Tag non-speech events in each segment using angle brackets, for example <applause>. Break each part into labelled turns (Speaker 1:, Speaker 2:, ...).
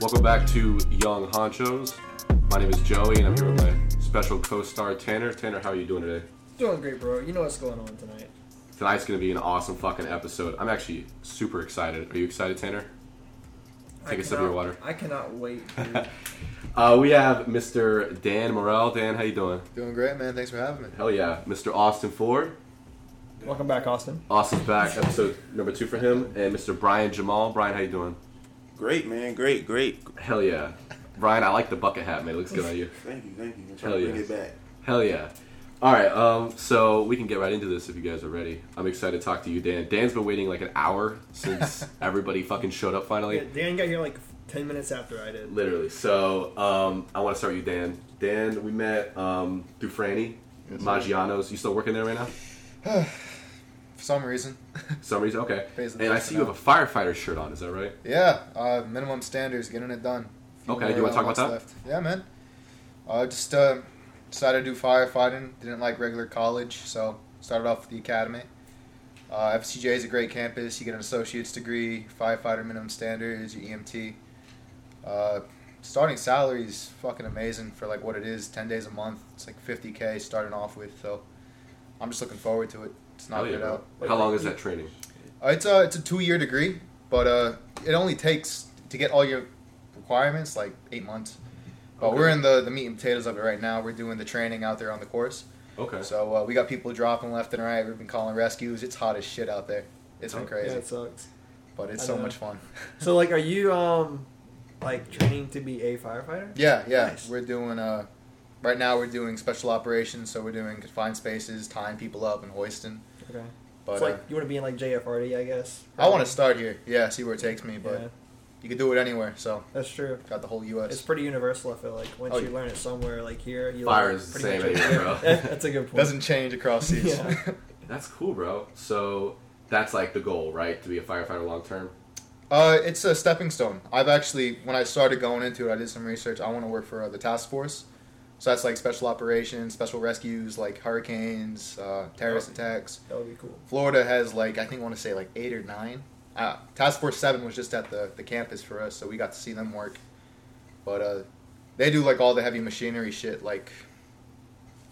Speaker 1: Welcome back to Young Honchos. My name is Joey, and I'm here with my special co-star Tanner. Tanner, how are you doing today?
Speaker 2: Doing great, bro. You know what's going on tonight.
Speaker 1: Tonight's gonna be an awesome fucking episode. I'm actually super excited. Are you excited, Tanner?
Speaker 2: I
Speaker 1: Take a sip of your
Speaker 2: cannot-
Speaker 1: water.
Speaker 2: I cannot
Speaker 1: <laughs>
Speaker 2: wait. Dude.
Speaker 1: Uh, we have Mr. Dan Morrell. Dan, how you doing?
Speaker 3: Doing great, man. Thanks for having me.
Speaker 1: Hell yeah, Mr. Austin Ford.
Speaker 2: Welcome back, Austin.
Speaker 1: Austin's back, episode number two for him, and Mr. Brian Jamal. Brian, how you doing?
Speaker 4: Great, man. Great, great.
Speaker 1: Hell yeah, Brian. I like the bucket hat, man. It looks good on you.
Speaker 4: Thank you, thank you. I'm
Speaker 1: Hell
Speaker 4: trying to bring
Speaker 1: yeah.
Speaker 4: it back.
Speaker 1: Hell yeah. All right, um, so we can get right into this if you guys are ready. I'm excited to talk to you, Dan. Dan's been waiting like an hour since everybody fucking showed up
Speaker 2: Yeah,
Speaker 1: finally.
Speaker 2: Dan got here like ten minutes after I did.
Speaker 1: Literally. So um, I want to start with you, Dan. Dan, we met um, through Franny, Maggiano's. You still working there right now?
Speaker 3: For some reason. <laughs>
Speaker 1: For some reason? Okay.
Speaker 3: Basically,
Speaker 1: And I
Speaker 3: yes
Speaker 1: see
Speaker 3: or
Speaker 1: you
Speaker 3: no.
Speaker 1: have a firefighter shirt on, is that right?
Speaker 3: yeah, uh, minimum standards, getting it done. Few
Speaker 1: Okay, do you
Speaker 3: more,
Speaker 1: wanna talk
Speaker 3: uh,
Speaker 1: about
Speaker 3: months left. Yeah, man. uh, just uh, decided to do firefighting. Didn't like regular college, so started off with the academy. Uh, FCJ is a great campus. You get an associate's degree, firefighter minimum standards, your EMT. Uh, starting salary is fucking amazing for like what it is. Ten days a month, it's like 50k starting off with. So I'm just looking forward to it. It's
Speaker 1: Hell
Speaker 3: not
Speaker 1: Oh, yeah,
Speaker 3: it out.
Speaker 1: bro. How long is that training?
Speaker 3: Uh, It's a it's a two year degree, but uh, it only takes to get all your requirements like eight months. But
Speaker 1: Okay.
Speaker 3: we're in the the meat and potatoes of it right now. We're doing the training out there on the course,
Speaker 1: Okay.
Speaker 3: so uh, we got people dropping left and right. We've been calling rescues. It's hot as shit out there. It's been
Speaker 1: Oh.
Speaker 2: Yeah,
Speaker 3: crazy,
Speaker 2: it sucks.
Speaker 3: but it's
Speaker 2: I
Speaker 3: so
Speaker 2: know.
Speaker 3: much fun.
Speaker 2: So, like, are you um, like training to be a firefighter?
Speaker 3: yeah, yeah.
Speaker 2: Nice.
Speaker 3: We're doing uh, right now. We're doing special operations, so we're doing confined spaces, tying people up, and hoisting.
Speaker 2: Okay.
Speaker 3: But
Speaker 2: it's like
Speaker 3: uh,
Speaker 2: you want to be in like JFRD, I guess.
Speaker 3: I want to start here. Yeah, see where it takes me. But
Speaker 2: Yeah,
Speaker 3: you can do it anywhere. So
Speaker 2: that's true.
Speaker 3: got the whole U.S.
Speaker 2: It's pretty universal. I feel like once
Speaker 3: Oh,
Speaker 2: you
Speaker 3: yeah.
Speaker 2: learn it somewhere, like here, you
Speaker 1: Fire
Speaker 2: learn
Speaker 1: is the
Speaker 2: pretty
Speaker 1: same
Speaker 2: much
Speaker 1: anywhere, bro.
Speaker 2: <laughs> That's a good point.
Speaker 3: Doesn't change
Speaker 2: <laughs>
Speaker 3: across seas.
Speaker 2: Yeah.
Speaker 1: That's cool, bro. So that's like the goal, right? To be a firefighter long term?
Speaker 3: <laughs> Uh, it's a stepping stone. I've actually, when I started going into it, I did some research. I want to work for uh, the task force. So that's like special operations, special rescues, like hurricanes, uh, terrorist attacks.
Speaker 2: That would be cool.
Speaker 3: Florida has like, I think I want to say like eight or nine. Uh, task Force 7 was just at the, the campus for us, so we got to see them work. But uh, they do like all the heavy machinery shit, like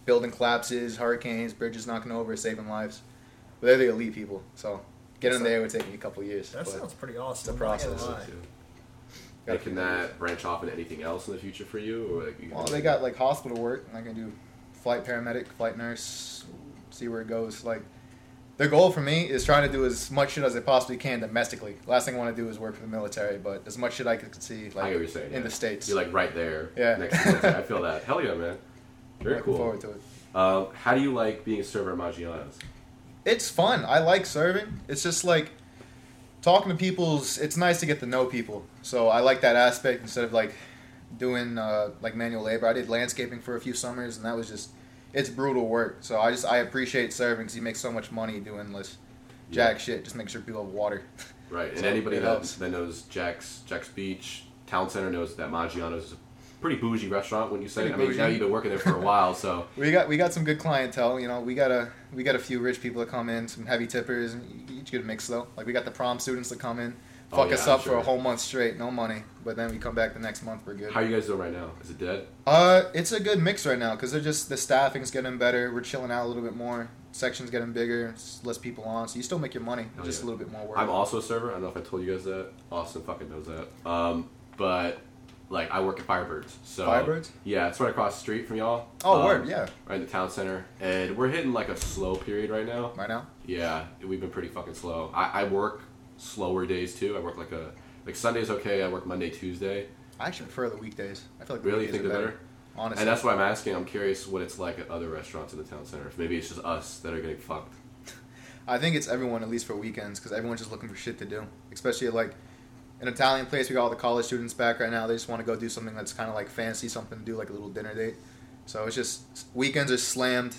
Speaker 3: building collapses, hurricanes, bridges knocking over, saving lives. But they're the elite people, so getting there would take me a couple years.
Speaker 2: That
Speaker 3: but-
Speaker 2: sounds pretty awesome.
Speaker 3: the
Speaker 2: I'm not gonna
Speaker 3: process.
Speaker 2: lie.
Speaker 1: Like, can that branch off into anything else in the future for you? Or like you
Speaker 3: Well, they got like hospital work, and I can do flight paramedic, flight nurse, see where it goes. Like, their goal for me is trying to do as much shit as I possibly can domestically. Last thing I want to do is work for the military, but as much shit I could see,
Speaker 1: I get
Speaker 3: like
Speaker 1: what you're saying.
Speaker 3: in
Speaker 1: yeah.
Speaker 3: the states.
Speaker 1: You're like right there.
Speaker 3: <laughs> Yeah.
Speaker 1: Next to the- I feel that. Hell yeah, man.
Speaker 3: I'm
Speaker 1: Very
Speaker 3: looking
Speaker 1: cool.
Speaker 3: forward to it.
Speaker 1: Um, how do you like being a server at Maggiano's?
Speaker 3: It's fun. I like serving. It's just like talking to people's. It's nice to get to know people. So I like that aspect instead of like doing uh, like manual labor. I did landscaping for a few summers, and that was just it's brutal work. So I just I appreciate serving because you make so much money doing this jack shit. Just make sure people have water. <laughs>
Speaker 1: Right. And
Speaker 3: So,
Speaker 1: anybody
Speaker 3: it
Speaker 1: that,
Speaker 3: helps.
Speaker 1: that knows Jack's Jack's Beach Town Center knows that Maggiano's is a pretty bougie restaurant. When you say,
Speaker 3: Pretty
Speaker 1: I mean,
Speaker 3: bougie.
Speaker 1: now you've been working there for a while, so
Speaker 3: we got we got some good clientele. You know, we got a we got a few rich people that come in, some heavy tippers, and you, you get a mix though. Like we got the prom students that come in.
Speaker 1: Oh,
Speaker 3: Fuck
Speaker 1: yeah,
Speaker 3: us
Speaker 1: I'm
Speaker 3: up for
Speaker 1: sure.
Speaker 3: a whole month straight, no money. But then we come back the next month, we're good.
Speaker 1: how are you guys doing right now? Is it dead?
Speaker 3: Uh, it's a good mix right now because they're just the staffing's getting better. We're chilling out a little bit more. Sections getting bigger. It's less people on, so you still make your money,
Speaker 1: Oh,
Speaker 3: just
Speaker 1: yeah.
Speaker 3: a little bit more work.
Speaker 1: I'm also a server. I don't know if I told you guys that. Austin fucking knows that. Um, but like I work at Firebirds. So
Speaker 3: Firebirds?
Speaker 1: Yeah, it's right across the street from y'all.
Speaker 3: oh,
Speaker 1: Um,
Speaker 3: word, yeah.
Speaker 1: Right in the town center, and we're hitting like a slow period right now.
Speaker 3: Right now,
Speaker 1: Yeah, we've been pretty fucking slow. I, I work slower days too. I work like a like Sunday's okay. I work Monday, Tuesday.
Speaker 3: I actually prefer the weekdays. I feel like the
Speaker 1: Really, you
Speaker 3: weekdays
Speaker 1: think
Speaker 3: are
Speaker 1: they're better?
Speaker 3: better. Honestly,
Speaker 1: And that's why I'm asking. I'm curious what it's like at other restaurants in the town center. If maybe it's just us that are getting fucked.
Speaker 3: I think it's everyone at least for weekends because everyone's just looking for shit to do. Especially like an Italian place, we got all the college students back right now. They just want to go do something that's kind of like fancy, something to do like a little dinner date. So it's just weekends are slammed.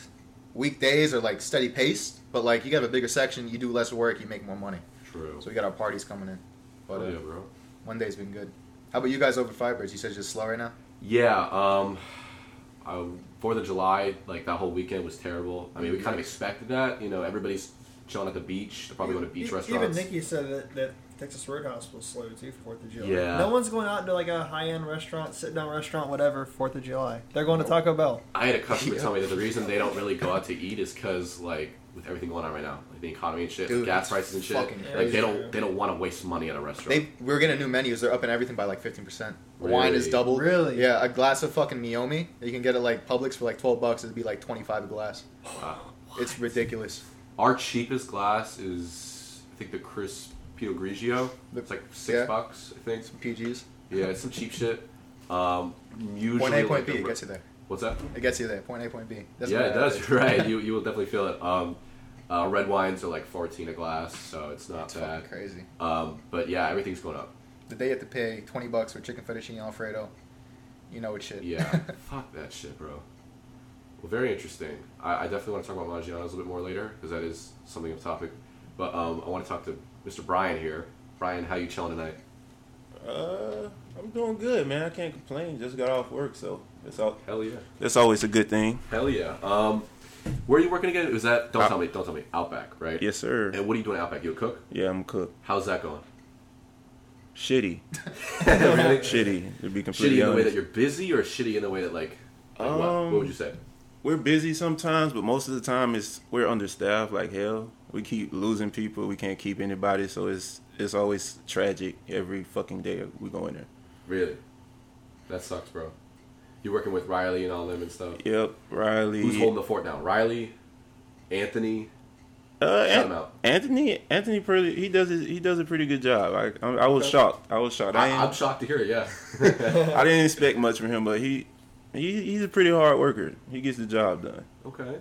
Speaker 3: Weekdays are like steady paced, but like you got a bigger section, you do less work, you make more money.
Speaker 1: True.
Speaker 3: So we got our parties coming in. But
Speaker 1: Oh, yeah,
Speaker 3: uh,
Speaker 1: bro.
Speaker 3: Monday's been good. How about you guys over Firebirds? You said you're slow right now?
Speaker 1: Yeah, um, I, Fourth of July, like that whole weekend was terrible. I mean, we kind of expected that. You know, everybody's chilling at the beach. They're probably going to beach
Speaker 2: E-
Speaker 1: restaurants.
Speaker 2: Even Nikki said that, that
Speaker 5: Texas Roadhouse was slow too for Fourth of July.
Speaker 1: Yeah.
Speaker 5: No one's going out to like a high end restaurant, sit down restaurant, whatever. Fourth of July, they're going
Speaker 1: Oh.
Speaker 5: to Taco Bell.
Speaker 1: I had a customer tell me that the reason they don't really go out to eat is because like with everything going on right now, like the economy and shit,
Speaker 3: Dude,
Speaker 1: gas
Speaker 3: it's
Speaker 1: prices and shit,
Speaker 3: fucking
Speaker 1: like
Speaker 5: crazy.
Speaker 1: they don't they don't want to waste money at a restaurant.
Speaker 3: They we were getting new menus. They're upping everything by like fifteen percent. Wine is
Speaker 1: Really?
Speaker 3: doubled.
Speaker 5: Really?
Speaker 3: Yeah, a glass of fucking Miomi. You can get it like Publix for like twelve bucks. It'd be like twenty five a glass.
Speaker 1: Wow.
Speaker 3: It's ridiculous.
Speaker 1: Our cheapest glass is I think the Chris Pio Grigio.
Speaker 3: The-
Speaker 1: It's like six
Speaker 3: yeah.
Speaker 1: bucks, I think.
Speaker 3: Some PGs.
Speaker 1: Yeah, it's some cheap shit. Um, usually
Speaker 3: Point A,
Speaker 1: like
Speaker 3: point B.
Speaker 1: a
Speaker 3: It
Speaker 1: re-
Speaker 3: gets you there.
Speaker 1: What's that?
Speaker 3: It gets you there. Point A, point B.
Speaker 1: yeah,
Speaker 3: what
Speaker 1: it
Speaker 3: I
Speaker 1: does.
Speaker 3: average.
Speaker 1: You're <laughs>
Speaker 3: <laughs>
Speaker 1: right. You you will definitely feel it. Um, uh, red wines are like 14 a glass, so it's not
Speaker 3: It's
Speaker 1: bad.
Speaker 3: fucking crazy.
Speaker 1: Um, but yeah, everything's going up.
Speaker 3: Did they have to pay twenty bucks for chicken fettuccine alfredo? You know what shit. <laughs>
Speaker 1: Yeah, fuck that shit, bro. Well, very interesting. I, I definitely want to talk about Maggiano's a little bit more later because that is something of topic. But um, I want to talk to Mr. Brian here. Brian, how you chilling tonight?
Speaker 4: Uh, I'm doing good, man. I can't complain. Just got off work, so that's all.
Speaker 1: Hell yeah.
Speaker 4: That's always a good thing.
Speaker 1: Hell yeah. Um, where are you working again? Is that? Don't
Speaker 4: Out-
Speaker 1: tell me. Don't tell me. Outback, right?
Speaker 4: Yes, sir.
Speaker 1: And what are you doing at Outback? You a cook?
Speaker 4: Yeah, I'm cooked.
Speaker 1: How's that going?
Speaker 4: <laughs> Shitty,
Speaker 1: <laughs> really?
Speaker 4: shitty. To be completely
Speaker 1: Shitty in the way that
Speaker 4: honest,
Speaker 1: you're busy, or shitty in the way that like, like what? what
Speaker 4: Um,
Speaker 1: would you say?
Speaker 4: we're busy sometimes, but most of the time it's we're understaffed like hell. We keep losing people. We can't keep anybody, so it's it's always tragic every fucking day we go in there.
Speaker 1: Really? That sucks, bro. You're working with Riley and all them and stuff.
Speaker 4: Yep, Riley.
Speaker 1: Who's holding the fort now? Riley, Anthony.
Speaker 4: Uh,
Speaker 1: Shout
Speaker 4: An-
Speaker 1: him out.
Speaker 4: Anthony, Anthony, pretty, he does his, he does a pretty good job. Like I, I was shocked. I was shocked. I,
Speaker 1: I, I'm
Speaker 4: didn't,
Speaker 1: shocked to hear it. Yeah.
Speaker 4: <laughs>
Speaker 1: <laughs>
Speaker 4: I didn't expect much from him, but he, he he's a pretty hard worker. He gets the job done.
Speaker 1: okay.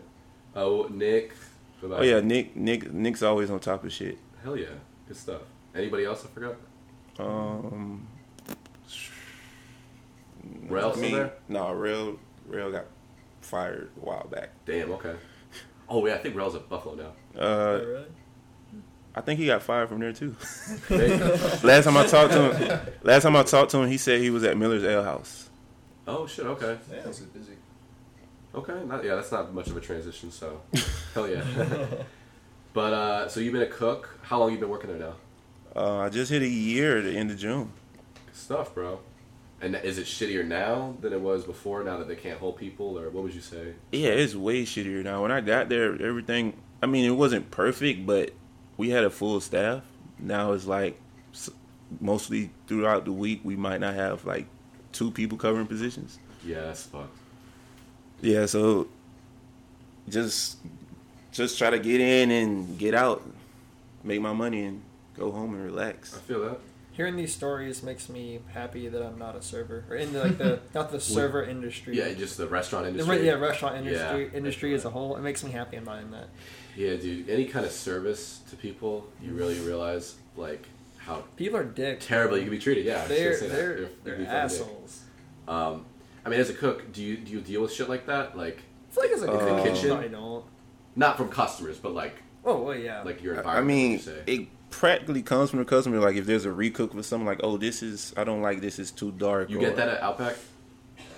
Speaker 1: Oh, Nick. What about
Speaker 4: Oh yeah, Nick, Nick, Nick's always on top of shit.
Speaker 1: you? Hell yeah. Good stuff. Anybody else I forgot?
Speaker 4: Um,
Speaker 1: Rail
Speaker 4: I
Speaker 1: still
Speaker 4: mean,
Speaker 1: there?
Speaker 4: no, rail, rail got fired a while back.
Speaker 1: Damn. Okay. Oh yeah, I think Rail's at Buffalo
Speaker 4: <laughs>
Speaker 1: now.
Speaker 4: Uh,
Speaker 5: really?
Speaker 4: I think he got fired from there too. <laughs>
Speaker 1: They-
Speaker 4: last time I talked to him, last time I talked to him, he said he was at Miller's Ale House.
Speaker 1: oh shit. Okay.
Speaker 5: Yeah.
Speaker 3: This is busy.
Speaker 1: Okay. Not yeah. That's not much of a transition. So. Hell yeah. but uh, so you've been a cook. How long you been working there now?
Speaker 4: Uh, I just hit a year at the end of June.
Speaker 1: Good stuff, bro. And is it shittier now than it was before? Now that they can't hold people, or what would you say?
Speaker 4: Yeah, it's way shittier now. When I got there, everything. I mean, it wasn't perfect, but we had a full staff. Now it's like s- mostly throughout the week, we might not have like two people covering positions.
Speaker 1: Yeah, that's fucked.
Speaker 4: Yeah, so just just try to get in and get out, make my money, and go home and
Speaker 1: I
Speaker 4: relax.
Speaker 1: feel that.
Speaker 5: Hearing these stories makes me happy that I'm not a server or in the,
Speaker 1: <laughs>
Speaker 5: like the not the server industry.
Speaker 1: Yeah, just the restaurant
Speaker 5: The
Speaker 1: industry.
Speaker 5: re- yeah, restaurant industry
Speaker 1: Yeah.
Speaker 5: industry as a whole. It makes me happy I'm not in that.
Speaker 1: Yeah, dude. Any kind of service to people, you really realize like how
Speaker 5: People are dicks.
Speaker 1: terribly you can be treated. Yeah, I was
Speaker 5: They're
Speaker 1: gonna say that.
Speaker 5: they're
Speaker 1: You can
Speaker 5: they're
Speaker 1: be fucking dick.
Speaker 5: assholes.
Speaker 1: Um, I mean, as a cook, do you do you deal with shit like that? Like,
Speaker 5: I feel like it's like
Speaker 4: Uh,
Speaker 5: a
Speaker 1: kitchen?
Speaker 5: kitchen. I don't.
Speaker 1: not from customers, but like
Speaker 5: Oh well, yeah.
Speaker 1: like your
Speaker 4: I I
Speaker 1: environment.
Speaker 4: mean,
Speaker 1: would you say?
Speaker 4: it practically comes from the customer. Like if there's a recook for something, like oh, this is I don't like this is too dark.
Speaker 1: you
Speaker 4: or-
Speaker 1: get that uh, at Outback.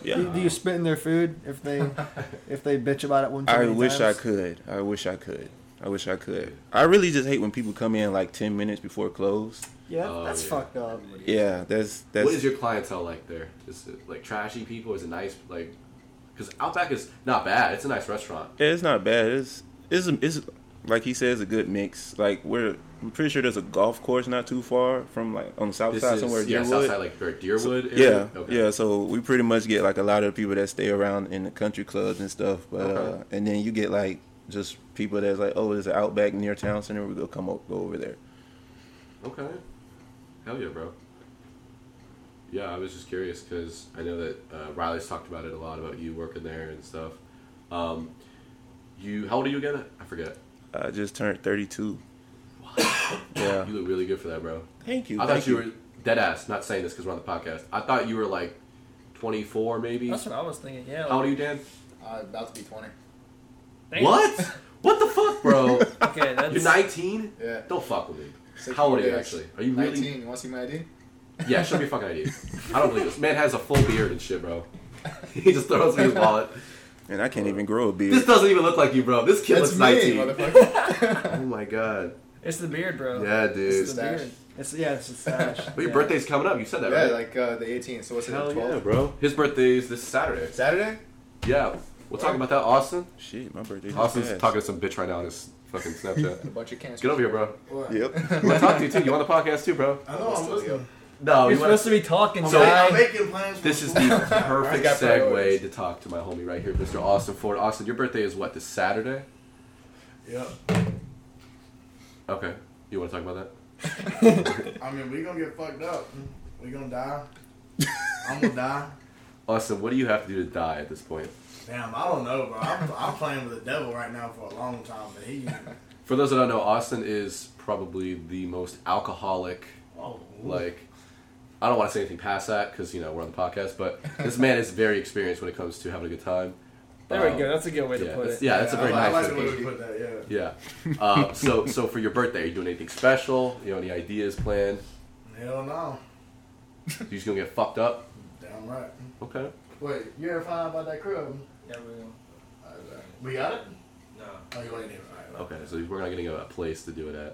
Speaker 4: Yeah.
Speaker 5: do, do
Speaker 1: uh,
Speaker 5: you spit in their food if they if they bitch about it one too
Speaker 4: I
Speaker 5: many
Speaker 4: wish I
Speaker 5: times?
Speaker 4: could. I wish I could. I wish I could. I really just hate when people come in like ten minutes before close.
Speaker 5: <laughs> Yeah,
Speaker 1: Oh,
Speaker 5: that's
Speaker 1: yeah.
Speaker 5: fucked up.
Speaker 4: Yeah, that's that's.
Speaker 1: what is your clientele like there? Is it like trashy people? Is it nice? Like, because Outback is not bad. It's a nice restaurant.
Speaker 4: yeah, it's not bad. It's it's it's like he says a good mix. Like we're I'm pretty sure there's a golf course not too far from like on the south
Speaker 1: This
Speaker 4: side
Speaker 1: is
Speaker 4: somewhere.
Speaker 1: yeah,
Speaker 4: Deerwood.
Speaker 1: outside like or Deerwood.
Speaker 4: yeah,
Speaker 1: area? Okay.
Speaker 4: yeah. So we pretty much get like a lot of people that stay around in the country clubs and stuff. But uh,
Speaker 1: Okay.
Speaker 4: and then you get like just people that's like, oh, there's an outback near town center. We go come up, go over there.
Speaker 1: Okay. Hell yeah, bro. Yeah, I was just curious because I know that uh, Riley's talked about it a lot about you working there and stuff. Um, you, how old are you again? I forget.
Speaker 4: I just turned 32. yeah.
Speaker 1: You look really good for that, bro.
Speaker 4: Thank you.
Speaker 1: I
Speaker 4: thank
Speaker 1: thought you were dead ass. Not saying this because we're on the podcast. I thought you were like 24, maybe.
Speaker 5: That's what I was thinking. Yeah.
Speaker 1: How old
Speaker 5: like-
Speaker 1: are you, Dan?
Speaker 3: Uh, about to be twenty.
Speaker 5: Damn.
Speaker 1: What? what the fuck,
Speaker 3: <laughs>
Speaker 1: bro?
Speaker 5: <laughs> Okay, that's
Speaker 1: You're 19?
Speaker 3: Yeah.
Speaker 1: Don't fuck with me.
Speaker 3: Six
Speaker 1: How old are
Speaker 3: more
Speaker 1: you
Speaker 3: days.
Speaker 1: actually? Are you really?
Speaker 3: Nineteen. You want to see my ID?
Speaker 1: Yeah, show me your fucking ID. I don't believe this. Man has a full beard and shit,
Speaker 3: <laughs>
Speaker 1: bro. He just throws in his wallet.
Speaker 4: And I can't even grow a
Speaker 1: This
Speaker 4: beard.
Speaker 1: doesn't even look like you, bro. This kid looks
Speaker 3: That's
Speaker 1: 19.
Speaker 3: me, motherfucker.
Speaker 1: Oh my god.
Speaker 3: <laughs>
Speaker 5: it's the beard, bro.
Speaker 1: Yeah,
Speaker 5: It's
Speaker 1: dude.
Speaker 5: the
Speaker 3: Stash.
Speaker 5: beard. It's yeah, it's, it's Ash.
Speaker 1: But your
Speaker 5: yeah.
Speaker 1: birthday's coming up. You said that,
Speaker 3: yeah,
Speaker 1: right?
Speaker 3: like uh, the 18th. So what's it?
Speaker 1: Hell
Speaker 3: the 12th?
Speaker 1: yeah, bro. His birthday's this Saturday.
Speaker 3: Saturday?
Speaker 1: Yeah, we'll talk about that, Austin.
Speaker 4: Shit, my birthday. just
Speaker 1: Austin's
Speaker 4: passed.
Speaker 1: talking to some bitch right now on his fucking
Speaker 3: A <laughs>
Speaker 1: Snapchat.
Speaker 3: bunch of cancers.
Speaker 1: Get over here, bro.
Speaker 6: What?
Speaker 4: Yep.
Speaker 1: I <laughs> want to talk to you too. You on the podcast too, bro?
Speaker 6: I know I'm listening.
Speaker 1: No,
Speaker 5: You're
Speaker 1: you want
Speaker 5: supposed to be talking.
Speaker 1: So-
Speaker 6: I'm
Speaker 5: guy.
Speaker 6: making plans. For
Speaker 1: This is
Speaker 6: tomorrow.
Speaker 1: the perfect
Speaker 3: got
Speaker 1: segue
Speaker 3: priorities.
Speaker 1: to talk to my homie right here, Mr. Austin Ford. Austin, your birthday is what? This Saturday?
Speaker 6: Yep.
Speaker 1: Okay. You want to talk about that?
Speaker 6: I mean, we gonna get fucked up. We gonna die. I'm gonna die.
Speaker 1: Austin, what do you have to do to die at this point?
Speaker 6: Damn, I don't know, bro. I'm, I'm playing with the devil right now for a long time,
Speaker 1: <laughs>
Speaker 6: but he.
Speaker 1: For those that don't know, Austin is probably the most alcoholic,
Speaker 6: Oh,
Speaker 1: like, I don't want to say anything past that because, you know, we're on the podcast, but this man is very experienced when it comes to having a good time.
Speaker 5: There we
Speaker 1: Um,
Speaker 5: go. That's a good way
Speaker 1: Yeah,
Speaker 5: to put
Speaker 1: that's,
Speaker 5: it.
Speaker 1: yeah, that's a
Speaker 6: Yeah,
Speaker 1: very
Speaker 6: I, like-
Speaker 1: nice
Speaker 6: I like
Speaker 1: way to
Speaker 6: the
Speaker 1: put
Speaker 6: way
Speaker 1: it.
Speaker 6: we put that. Yeah.
Speaker 1: Yeah. Uh, so, so for your birthday, are you doing anything special? You know, any ideas planned?
Speaker 6: Hell no.
Speaker 1: You just gonna get fucked up?
Speaker 6: Damn right.
Speaker 1: Okay.
Speaker 6: Wait, you ever find out about that crib?
Speaker 5: Yeah, we will.
Speaker 6: We got it.
Speaker 5: No.
Speaker 6: Oh, you ain't even. All right.
Speaker 1: Okay. So we're not gonna get a place to do it at.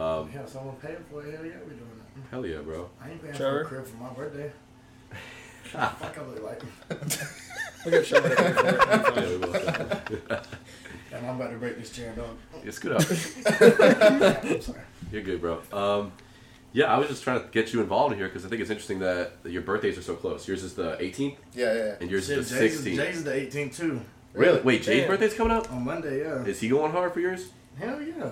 Speaker 1: Um,
Speaker 6: Oh, Yeah, someone paid for it. Hell yeah, we doing it.
Speaker 1: hell yeah, bro.
Speaker 6: I ain't paying
Speaker 5: Trevor?
Speaker 6: for a crib for my
Speaker 1: <laughs>
Speaker 6: birthday. Fuck, I look like.
Speaker 5: Look at
Speaker 1: <laughs>
Speaker 5: Trevor.
Speaker 1: Yeah, we will.
Speaker 6: Damn, I'm about to break this chair, dog.
Speaker 1: Yeah, scoot up.
Speaker 6: I'm sorry.
Speaker 1: You're good, bro. Um, yeah, I was just trying to get you involved in here because I think it's interesting that your birthdays are so close. Yours is the 18th,
Speaker 3: Yeah, yeah. yeah.
Speaker 1: and yours
Speaker 6: Shit,
Speaker 1: is the
Speaker 6: Jay's-
Speaker 1: 16th.
Speaker 6: Jay's the 18th too.
Speaker 1: really? Wait, Jay's
Speaker 5: Damn.
Speaker 1: birthday's coming up.
Speaker 6: On Monday, yeah.
Speaker 1: Is he going hard for yours?
Speaker 6: Hell yeah.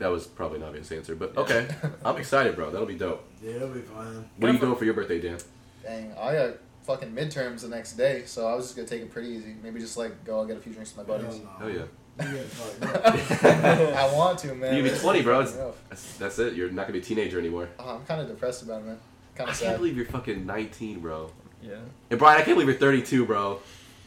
Speaker 1: That was probably an obvious answer, but okay. I'm excited, bro. That'll be dope.
Speaker 6: Yeah, it'll be fine.
Speaker 1: What are you doing for your birthday, Dan?
Speaker 3: Dang, I got fucking midterms the next day, so I was just gonna take it pretty easy. Maybe just like go out get a few drinks with my buddies.
Speaker 1: Hell
Speaker 6: <laughs>
Speaker 1: yeah.
Speaker 6: You
Speaker 3: <laughs>
Speaker 6: get <laughs> fucked up.
Speaker 3: I want to, man.
Speaker 1: You be 20, bro. It's-
Speaker 3: Enough.
Speaker 1: That's, that's it. You're not gonna be a teenager anymore.
Speaker 3: Oh, I'm kind of depressed about it, man.
Speaker 1: I
Speaker 3: Kind of
Speaker 1: can't
Speaker 3: sad.
Speaker 1: believe you're fucking 19, bro.
Speaker 5: yeah.
Speaker 1: And Brian, I can't believe you're 32, bro.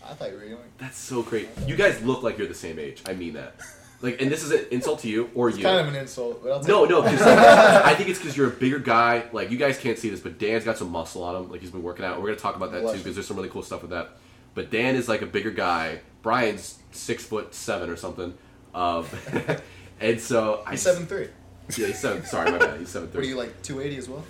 Speaker 3: I thought you were young.
Speaker 1: That's so great. You guys look like you're the same age. I mean that. Like, and this is an insult to you or
Speaker 3: It's
Speaker 1: you.
Speaker 3: kind of an insult, but I'll take
Speaker 1: No,
Speaker 3: it.
Speaker 1: no, because I think it's because you're a bigger guy. Like you guys can't see this, but Dan's got some muscle on him. Like he's been working out. We're gonna talk about that too
Speaker 3: Blushing.
Speaker 1: because there's some really cool stuff with that. But Dan is like a bigger guy. Brian's six foot seven or something. Um, <laughs> and so I
Speaker 3: He's seven three.
Speaker 1: Yeah, he's seven. Sorry, my bad. He's seven
Speaker 3: What are
Speaker 1: three.
Speaker 3: you like two
Speaker 1: <laughs>
Speaker 3: eighty as well?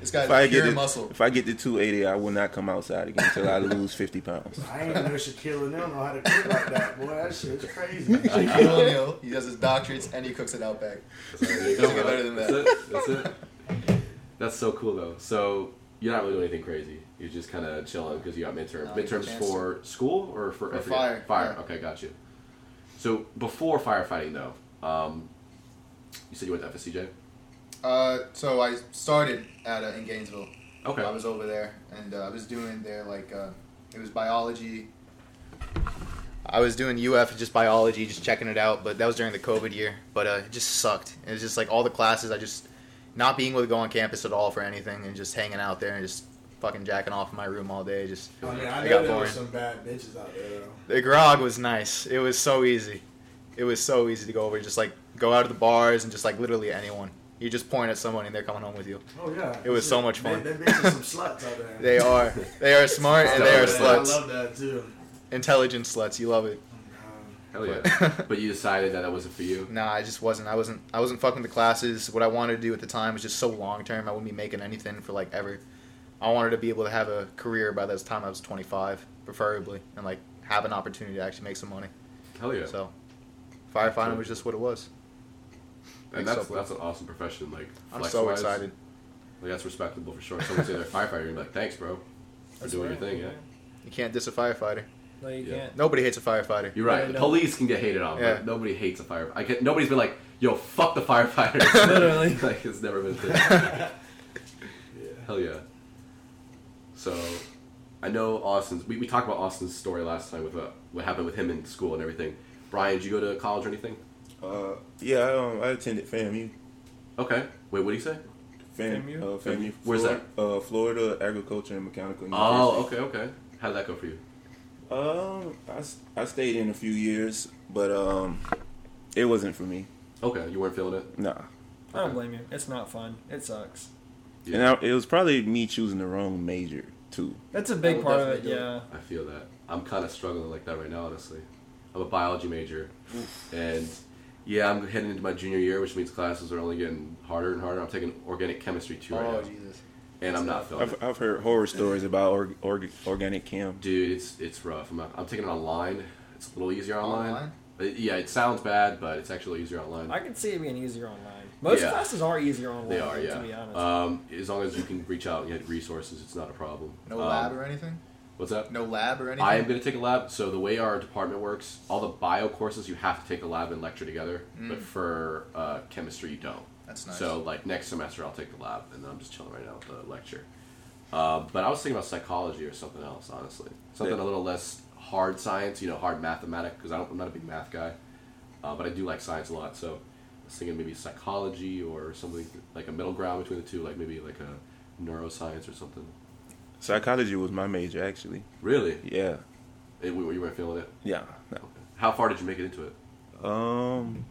Speaker 3: this guy's
Speaker 4: If I
Speaker 3: pure
Speaker 4: get
Speaker 3: muscle.
Speaker 4: <laughs> it, if I get to 280, I will not come outside again until I lose 50 pounds.
Speaker 6: I ain't know Shaquille O'Neal know how to cook like that. Boy, that <laughs> shit's crazy.
Speaker 3: Shaquille O'Neal. He does his doctorates and he cooks it out back.
Speaker 1: There you go,
Speaker 3: Doesn't get
Speaker 1: bro.
Speaker 3: better than
Speaker 1: That's it. That's it. That's so cool though. So you're not really doing anything crazy. You're just kind of chilling because you got midterms.
Speaker 3: No, I get a
Speaker 1: midterms
Speaker 3: chance
Speaker 1: for school or for,
Speaker 3: For
Speaker 1: I forget.
Speaker 3: fire,
Speaker 1: Fire.
Speaker 3: yeah.
Speaker 1: Okay, got you. So before firefighting though, um, you said you went to FSCJ.
Speaker 3: Uh, so I started at uh, in Gainesville.
Speaker 1: Okay.
Speaker 3: I was over there, and uh, I was doing their like uh, it was biology. I was doing UF just biology, just checking it out, but that was during the COVID year. But uh, it just sucked. It was just like all the classes, I just not being able to go on campus at all for anything, and just hanging out there and just fucking jacking off in my room all day. Just
Speaker 6: I mean, Oh, I
Speaker 3: They
Speaker 6: know
Speaker 3: got
Speaker 6: there were
Speaker 3: boring.
Speaker 6: some bad bitches out there. though.
Speaker 3: the grog was nice. It was so easy. It was so easy to go over. Just like go out to the bars and just like literally anyone. You just point at someone and they're coming home with you.
Speaker 6: Oh yeah.
Speaker 3: It was so much fun.
Speaker 6: They, they bitches some sluts out there.
Speaker 3: <laughs> They are. They are smart and they are
Speaker 6: Yeah, I
Speaker 3: sluts.
Speaker 6: love that too.
Speaker 3: Intelligent sluts. You love it.
Speaker 6: Oh,
Speaker 1: Hell
Speaker 3: <laughs>
Speaker 1: yeah. but you decided that that wasn't for you.
Speaker 3: Nah, I just wasn't. I wasn't. I wasn't fucking with the classes. What I wanted to do at the time was just so long term. I wouldn't be making anything for like ever. I wanted to be able to have a career by the time I was 25, preferably, and like have an opportunity to actually make some money.
Speaker 1: Hell yeah.
Speaker 3: So, firefighting was just what it was.
Speaker 1: and
Speaker 3: Thanks,
Speaker 1: that's
Speaker 3: Subway.
Speaker 1: that's an awesome profession. Like
Speaker 3: I'm
Speaker 1: flex
Speaker 3: so
Speaker 1: wise,
Speaker 3: excited.
Speaker 1: Like that's respectable for sure. Someone say they're a firefighter, you're like, thanks, bro, for doing your thing. Yeah.
Speaker 3: You can't diss a firefighter.
Speaker 5: No, you
Speaker 1: Yeah.
Speaker 5: can't.
Speaker 3: Nobody hates a firefighter.
Speaker 1: You're right.
Speaker 5: Yeah,
Speaker 1: the
Speaker 5: no.
Speaker 1: police can get hated on,
Speaker 3: Yeah.
Speaker 1: but nobody hates a firefighter. I get nobody's been like, "Yo, fuck the firefighters."
Speaker 5: <laughs> Literally.
Speaker 1: <laughs> like it's never
Speaker 5: <laughs>
Speaker 1: been. A thing.
Speaker 6: Yeah.
Speaker 1: Hell yeah. So, I know Austin's. We, we talked about Austin's story last time with uh, what happened with him in school and everything. Brian, did you go to college or anything?
Speaker 4: Uh, yeah, I, um, I attended FAMU.
Speaker 1: Okay. Wait, what do you say?
Speaker 4: Fam,
Speaker 5: FAMU?
Speaker 4: Uh, FAMU.
Speaker 1: Where's
Speaker 4: Florida, Uh, Florida Agriculture and Mechanical
Speaker 1: Oh, okay, okay. How did that go for you?
Speaker 4: Um, I, s- I stayed in a few years, but um, it wasn't for me.
Speaker 1: Okay, you weren't feeling it.
Speaker 4: Nah.
Speaker 5: I don't blame you. It's not fun. It sucks.
Speaker 1: Yeah.
Speaker 4: And I, it was probably me choosing the wrong major too.
Speaker 5: That's a
Speaker 3: I
Speaker 5: big
Speaker 3: would
Speaker 5: part of it.
Speaker 3: definitely do it.
Speaker 5: Yeah.
Speaker 1: I feel that. I'm kind of struggling like that right now, honestly. I'm a biology major, and Yeah, I'm heading into my junior year, which means classes are only getting harder and harder. I'm taking organic chemistry two right
Speaker 3: Oh
Speaker 1: now,
Speaker 3: Jesus!
Speaker 1: and I'm not feeling it.
Speaker 4: I've, I've heard horror stories about org, org, organic chem.
Speaker 1: Dude, it's it's rough. I'm, I'm taking it online. It's a little easier online.
Speaker 3: Online?
Speaker 1: Uh, yeah, it sounds bad, but it's actually easier online.
Speaker 5: I can see it being easier online. Most
Speaker 1: Yeah.
Speaker 5: classes are easier online.
Speaker 1: they are,
Speaker 5: to
Speaker 1: yeah.
Speaker 5: be honest.
Speaker 1: Um, as long as you can reach out and get resources, it's not a problem.
Speaker 3: No
Speaker 1: Um,
Speaker 3: lab or anything?
Speaker 1: What's that?
Speaker 3: No lab or anything?
Speaker 1: I am going to take a lab. So the way our department works, all the bio courses you have to take a lab and lecture together, but for uh, chemistry you don't.
Speaker 3: Mm. That's nice.
Speaker 1: So like next semester I'll take the lab, and then I'm just chilling right now with the lecture. Uh, but I was thinking about psychology or something else, honestly, something
Speaker 4: Yeah.
Speaker 1: a little less hard science, you know, hard mathematic, because I'm not a big math guy, uh, but I do like science a lot. So I was thinking maybe psychology or something like a middle ground between the two, like maybe like a neuroscience or something.
Speaker 4: Psychology was my major, actually.
Speaker 1: Really,
Speaker 4: Yeah,
Speaker 1: It- you weren't feeling it.
Speaker 4: yeah. No.
Speaker 1: How far did you make it into it?
Speaker 4: Um,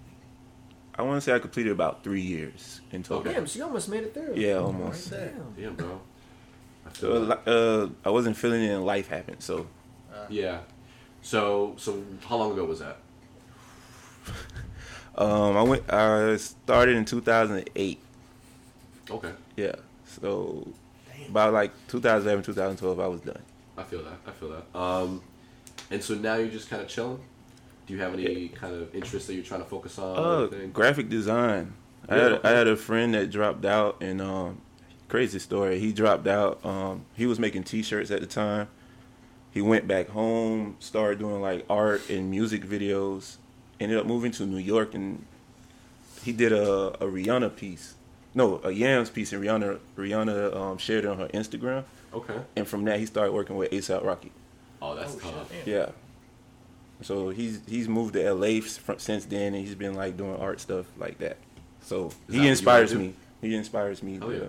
Speaker 4: I want to say I completed about three years in total.
Speaker 5: Damn, she almost made it through.
Speaker 4: Yeah, almost.
Speaker 5: Damn.
Speaker 1: Damn, bro. I
Speaker 4: So,
Speaker 1: feel
Speaker 4: li- uh, I wasn't feeling it, and life happened. So
Speaker 1: that. Yeah. So, so how long ago was that?
Speaker 4: um, I went. I started in 2008.
Speaker 1: Okay,
Speaker 4: Yeah. So about like 2011, 2012, I was done.
Speaker 1: I feel that. I feel that. Um, and so now you're just kind of chilling. Do you have any kind of interests that you're trying to focus on? or
Speaker 4: Uh,
Speaker 1: anything?
Speaker 4: graphic design. I
Speaker 1: Oh, Yeah,
Speaker 4: had
Speaker 1: okay.
Speaker 4: I had a friend that dropped out, and um, crazy story. He dropped out. Um, he was making T-shirts at the time. He went back home, started doing like art and music videos. Ended up moving to New York, and he did a, a Rihanna piece. No, a Yams piece, and Rihanna Rihanna um, shared it on her Instagram.
Speaker 1: okay.
Speaker 4: And from that, he started working with ASAP Rocky.
Speaker 1: Oh, that's tough.
Speaker 4: Yeah. So he's he's moved to LA from, since then, and he's been like doing art stuff like that. So
Speaker 1: that what
Speaker 4: he
Speaker 1: you
Speaker 4: inspires
Speaker 1: wanna
Speaker 4: me. He inspires me.
Speaker 1: Hell yeah.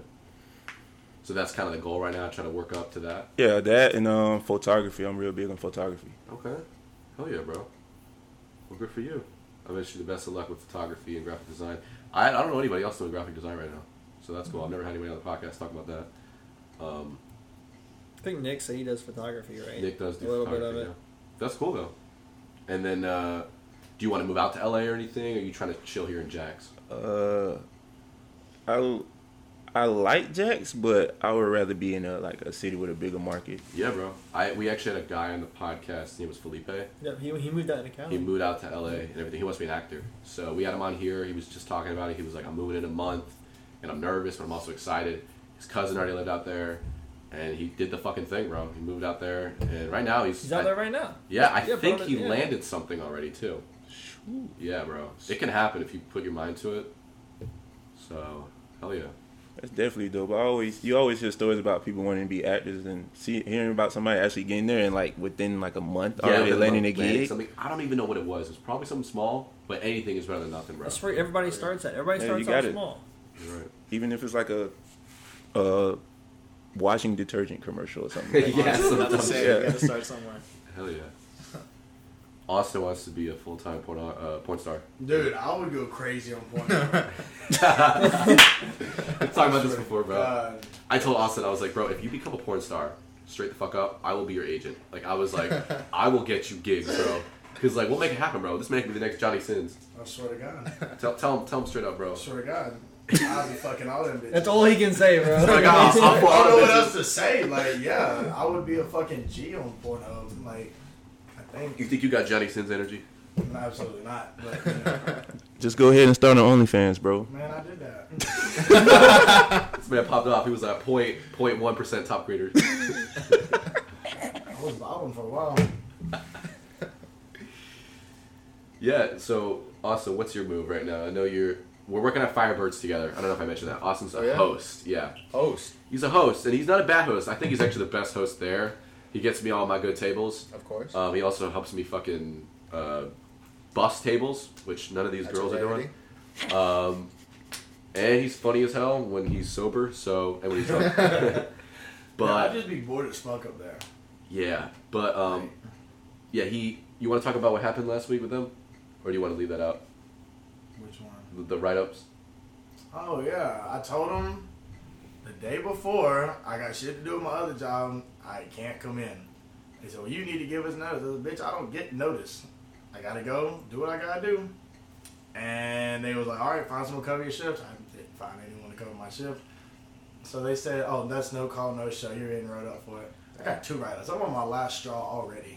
Speaker 1: So that's kind of the goal right now, trying to work up to that.
Speaker 4: yeah. Yeah, that and um, photography. I'm real big on photography.
Speaker 1: Okay. Hell yeah, bro. Well, good for you. I wish you the best of luck with photography and graphic design. I, I don't know anybody else doing graphic design right now, so that's cool. I've never had anybody on the podcast talk about that. Um,
Speaker 5: I think Nick said he does photography, right?
Speaker 1: Nick does do
Speaker 5: a little bit of
Speaker 1: photography,
Speaker 5: it.
Speaker 1: yeah. That's cool though. And then, uh, do you want to move out to LA or anything? Or are you trying to chill here in Jax?
Speaker 4: Uh, I I like Jax, but I would rather be in a like a city with a bigger market.
Speaker 1: Yeah, bro. I we actually had a guy on the podcast. His name was Felipe.
Speaker 5: Yeah, he, he moved out to
Speaker 1: He
Speaker 5: Cali.
Speaker 1: moved out to LA and everything. He wants to be an actor, so we had him on here. He was just talking about it. He was like, "I'm moving in a month, and I'm nervous, but I'm also excited." His cousin already lived out there, and he did the fucking thing, bro. He moved out there, and right now he's
Speaker 5: He's out there right now.
Speaker 1: Yeah, I
Speaker 5: Yeah,
Speaker 1: think
Speaker 5: bro,
Speaker 1: he
Speaker 5: yeah.
Speaker 1: landed something already too. Yeah, bro. It can happen if you put your mind to it. So, hell yeah.
Speaker 4: That's definitely dope. I always you always hear stories about people wanting to be actors and see hearing about somebody actually getting there and like within like a month already
Speaker 1: but
Speaker 4: landing a
Speaker 1: landing
Speaker 4: gig.
Speaker 1: Something, I don't even know what it was. It was probably something small, but anything is better than nothing, bro.
Speaker 5: That's where everybody starts at. Everybody
Speaker 4: Yeah,
Speaker 5: starts
Speaker 4: you got
Speaker 5: out
Speaker 4: it.
Speaker 5: small.
Speaker 1: You're right.
Speaker 4: even if it's like a uh washing detergent commercial or
Speaker 1: <laughs>
Speaker 4: something like
Speaker 1: <laughs> Yeah,
Speaker 4: that.
Speaker 1: so
Speaker 3: Not to
Speaker 1: dumb.
Speaker 3: say
Speaker 4: Yeah.
Speaker 3: you gotta start somewhere.
Speaker 1: Hell yeah. Austin wants to be a full time porn, uh, porn <laughs> star.
Speaker 6: Dude, I would go crazy on <laughs> Oh porn. bro.
Speaker 1: I've talked about this before, bro.
Speaker 6: God.
Speaker 1: I told Austin, I was like, bro, if you become a porn star, straight the fuck up, I will be your agent. Like, I was <laughs> like, I will get you gigs, bro. Because, like, we'll make it happen, bro. This man can be the next Johnny Sins.
Speaker 6: I swear to God.
Speaker 1: Tell, tell him, tell him straight up, bro.
Speaker 6: I swear to God. I'd be fucking all them
Speaker 5: <laughs>
Speaker 6: bitches.
Speaker 5: That's all he can say, bro.
Speaker 1: Like, I'll,
Speaker 5: <laughs>
Speaker 1: I'll
Speaker 6: I
Speaker 1: pull
Speaker 6: don't know
Speaker 1: out
Speaker 6: what
Speaker 1: the
Speaker 6: else to say. Like, yeah, I would be a fucking G on Pornhub. Like, I
Speaker 1: bitches. You
Speaker 6: think.
Speaker 1: think you got Johnny Sins energy?
Speaker 6: Absolutely not. But, you know,
Speaker 4: Just go ahead and start on OnlyFans, bro.
Speaker 6: man, I did that.
Speaker 1: This man popped off. He was like point point one percent top grader. <laughs>
Speaker 6: I was bottom for a while.
Speaker 1: yeah. So Austin, what's your move right now? I know you're. We're working on Firebirds together. I don't know if I mentioned that. Austin's a
Speaker 3: Oh, yeah?
Speaker 1: host. Yeah.
Speaker 3: Host,
Speaker 1: He's a host, and he's not a bad host. I think he's actually the best host there. He gets me all my good tables.
Speaker 3: of course.
Speaker 1: Um, he also helps me fucking uh, bus tables, which none of these
Speaker 3: That's
Speaker 1: girls
Speaker 3: a
Speaker 1: are doing. Um,
Speaker 3: rarity.
Speaker 1: And he's funny as hell when he's sober. So and when he's
Speaker 3: <laughs>
Speaker 1: drunk.
Speaker 6: Yeah,
Speaker 1: but
Speaker 6: I'd just be bored as fuck up there.
Speaker 1: Yeah, but um, yeah, he. You want to talk about what happened last week with them, or do you want to leave that out?
Speaker 6: Which one?
Speaker 1: The, the write-ups.
Speaker 6: Oh yeah, I told him the day before I got shit to do with my other job. I can't come in. They said, "Well, you need to give us notice." I said, Bitch, I don't get notice. I gotta go do what I gotta do. and they was like, "All right, find someone to cover your shift." I didn't find anyone to cover my shift, so they said, "Oh, that's no call, no show. You're getting wrote up for it." I got two write-ups. I'm on my last straw already.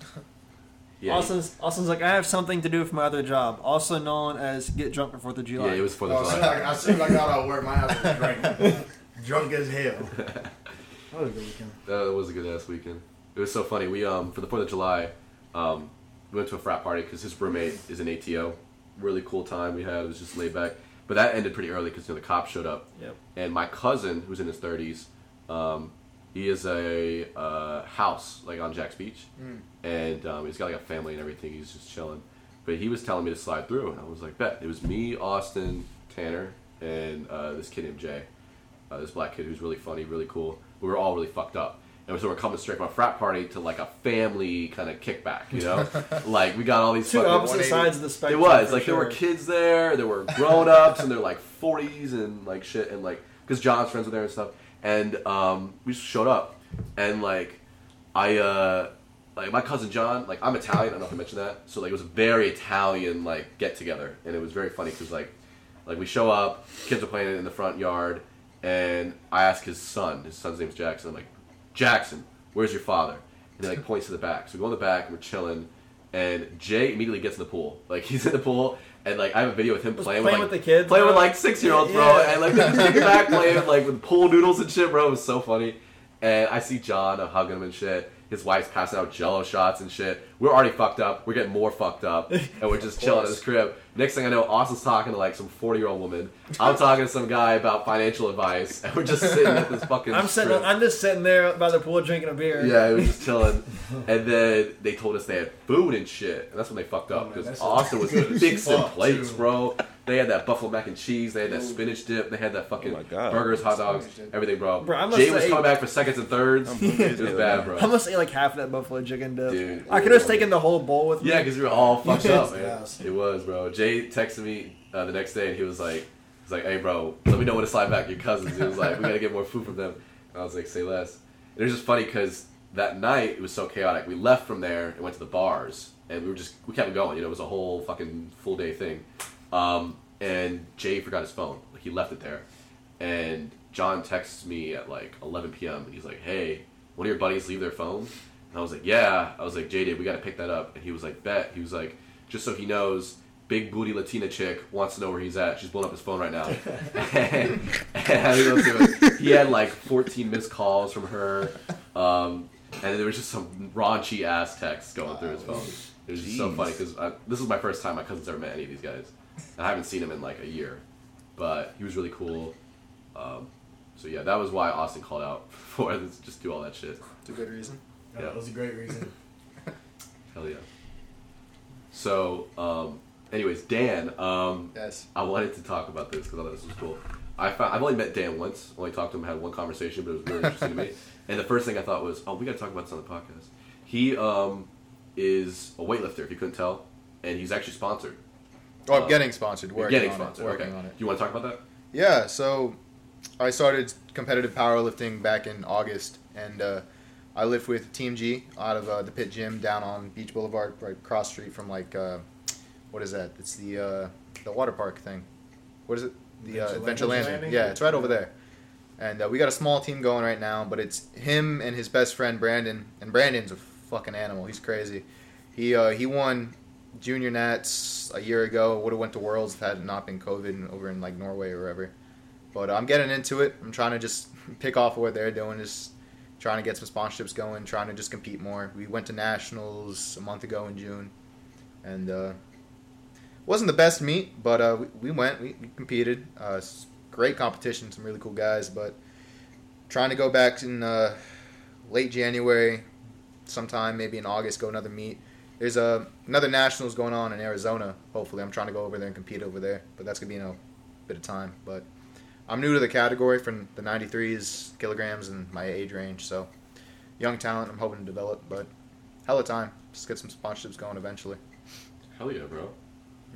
Speaker 6: <laughs>
Speaker 1: Yeah,
Speaker 5: Austin's, Austin's like, I have something to do for my other job, also known as get drunk for Fourth of
Speaker 1: he,
Speaker 5: July.
Speaker 1: yeah, it was for the
Speaker 6: Oh, as soon as I, as soon as I got out of work, my ass was drinking, drunk as hell. That was a good weekend.
Speaker 1: That was a good ass weekend. It was so funny. We um for the Fourth of July, um, we went to a frat party because his roommate is an ATO. Really cool time we had. It was just laid back, but that ended pretty early because you know the cops showed up.
Speaker 5: Yep.
Speaker 1: And my cousin, who's in his thirties, um, he is a uh, house like on Jack's Beach, and um, he's got like a family and everything. He's just chilling. But he was telling me to slide through, and I was like, "Bet." It was me, Austin, Tanner, and uh, this kid named Jay uh, this black kid who's really funny, really cool. We were all really fucked up. And so we're coming straight from a frat party to like a family kind of kickback, you know? like we got all these
Speaker 5: Two
Speaker 1: fucking-
Speaker 5: opposite sides of the
Speaker 1: It
Speaker 5: spectrum.
Speaker 1: was
Speaker 5: for
Speaker 1: like there were
Speaker 5: sure.
Speaker 1: kids there, there were grown ups, and they're like 40s and like shit, and like because John's friends were there and stuff. And um, we just showed up, and like I uh, like my cousin John, like I'm Italian. I don't know if I mentioned that. So like it was a very Italian like get together, and it was very funny because like like we show up, kids are playing in the front yard, and I ask his son. His son's name's Jackson. I'm like, Jackson, where's your father? And he like points to the back. So we go in the back, and we're chilling, and Jay immediately gets in the pool. Like <laughs> he's in the pool, and like I have a video of him
Speaker 5: Was
Speaker 1: playing,
Speaker 5: playing
Speaker 1: with,
Speaker 5: with
Speaker 1: like,
Speaker 5: the kids,
Speaker 1: playing with
Speaker 5: bro?
Speaker 1: like six year olds, bro.
Speaker 5: Yeah.
Speaker 1: And like they're just kicking back playing like with pool noodles and shit, bro. It was so funny. And I see John, I'm hugging him and shit. His wife's passing out Jello shots and shit. We're already fucked up. We're getting more fucked
Speaker 5: <laughs>
Speaker 1: up, and we're just chilling at his crib. Next thing I know, Austin's talking to like some forty year old woman. I'm talking to some guy about financial advice, and we're just sitting at this fucking.
Speaker 5: I'm sitting.
Speaker 1: crib.
Speaker 5: I'm just sitting there by the pool drinking a beer.
Speaker 1: Yeah, we were just chilling. And then they told us they had food and shit. And that's when they fucked
Speaker 6: Oh,
Speaker 1: up
Speaker 6: man,
Speaker 1: because
Speaker 6: that's-
Speaker 1: Austin
Speaker 6: <laughs>
Speaker 1: was
Speaker 6: that's
Speaker 1: fixing
Speaker 6: fucked,
Speaker 1: plates,
Speaker 6: too.
Speaker 1: bro. They had that buffalo mac and cheese. They had that spinach dip. They had that fucking
Speaker 4: Oh my God.
Speaker 1: burgers, hot dogs,
Speaker 3: Spinach dip.
Speaker 1: everything, bro.
Speaker 5: Bro, I must
Speaker 1: Jay was
Speaker 5: say-
Speaker 1: coming back for seconds and thirds.
Speaker 4: I'm hungry
Speaker 1: it
Speaker 4: as
Speaker 1: was
Speaker 4: hell,
Speaker 1: bad,
Speaker 4: man.
Speaker 1: bro.
Speaker 5: I must ate like half of that buffalo chicken dip.
Speaker 1: Dude.
Speaker 5: I could have taken the whole bowl with me.
Speaker 1: Yeah, because we were all fucked up, man.
Speaker 6: Yes.
Speaker 1: It was, bro. Jay texted me uh, the next day and he was like, "He's like, hey, bro, let me know when to slide back your cousins." He was like, "We gotta get more food from them." And I was like, "Say less." And it was just funny because that night it was so chaotic. We left from there and went to the bars, and we were just we kept going. You know, it was a whole fucking full day thing. Um, and Jay forgot his phone. Like he left it there, and John texts me at like 11 p.m. and he's like, "Hey, one of your buddies leave their phone?" And I was like, "Yeah." I was like, "Jay did. We got to pick that up." And he was like, "Bet." He was like, "Just so he knows, big booty Latina chick wants to know where he's at. She's blowing up his phone right now." <laughs> and, and I didn't go to it. He had like 14 missed calls from her, um, and there was just some raunchy ass texts going through his phone. It was just so
Speaker 4: Jeez.
Speaker 1: funny because this is my first time my cousin's ever met any of these guys, and I haven't seen him in like a year. But he was really cool. Um, so yeah, that was why Austin called out <laughs> for this, just do all that shit.
Speaker 3: It's a good reason.
Speaker 6: Yeah,
Speaker 1: Yeah.
Speaker 6: That was a great reason.
Speaker 1: Hell yeah. So, um, anyways, Dan, um,
Speaker 3: Yes.
Speaker 1: I wanted to talk about this because I thought this was cool. I found, I've only met Dan once, only talked to him, had one conversation, but it was really interesting to
Speaker 3: <laughs>
Speaker 1: me. And the first thing I thought was, oh, we got to talk about this on the podcast. He um, is a weightlifter, if you couldn't tell, and he's actually sponsored.
Speaker 3: Oh, I'm
Speaker 1: Uh,
Speaker 3: getting sponsored.
Speaker 1: You're
Speaker 3: Working
Speaker 1: getting
Speaker 3: on
Speaker 1: sponsored.
Speaker 3: It, working
Speaker 1: okay.
Speaker 3: on it.
Speaker 1: Do you want to talk about that?
Speaker 3: Yeah, so I started competitive powerlifting back in August, and uh, I lift with Team G out of uh, the pit gym down on Beach Boulevard, right cross street from like uh, what is that? It's the uh, the water park thing. What is it? The uh,
Speaker 6: Adventure
Speaker 3: Adventure
Speaker 6: Landing?
Speaker 3: Landing. Yeah, it's right over there. And uh, we got a small team going right now, but it's him and his best friend Brandon. And Brandon's a fucking animal. He's crazy. He uh, he won junior nats a year ago. Would have went to worlds if had it not been COVID and over in like Norway or wherever. But uh, I'm getting into it. I'm trying to just <laughs> pick off what they're doing. Just trying to get some sponsorships going. Trying to just compete more. We went to nationals a month ago in June, and uh, wasn't the best meet, but uh, we, we went. We, we competed. Uh, s- great competition. Some really cool guys. But trying to go back in uh, late January, sometime maybe in August, go another meet. There's a, another nationals going on in Arizona. Hopefully, I'm trying to go over there and compete over there. But that's gonna be in a bit of time. But I'm new to the category from the 93s kilograms and my age range. So young talent. I'm hoping to develop. But hell of a time. Just get some sponsorships going eventually.
Speaker 1: Hell yeah, bro.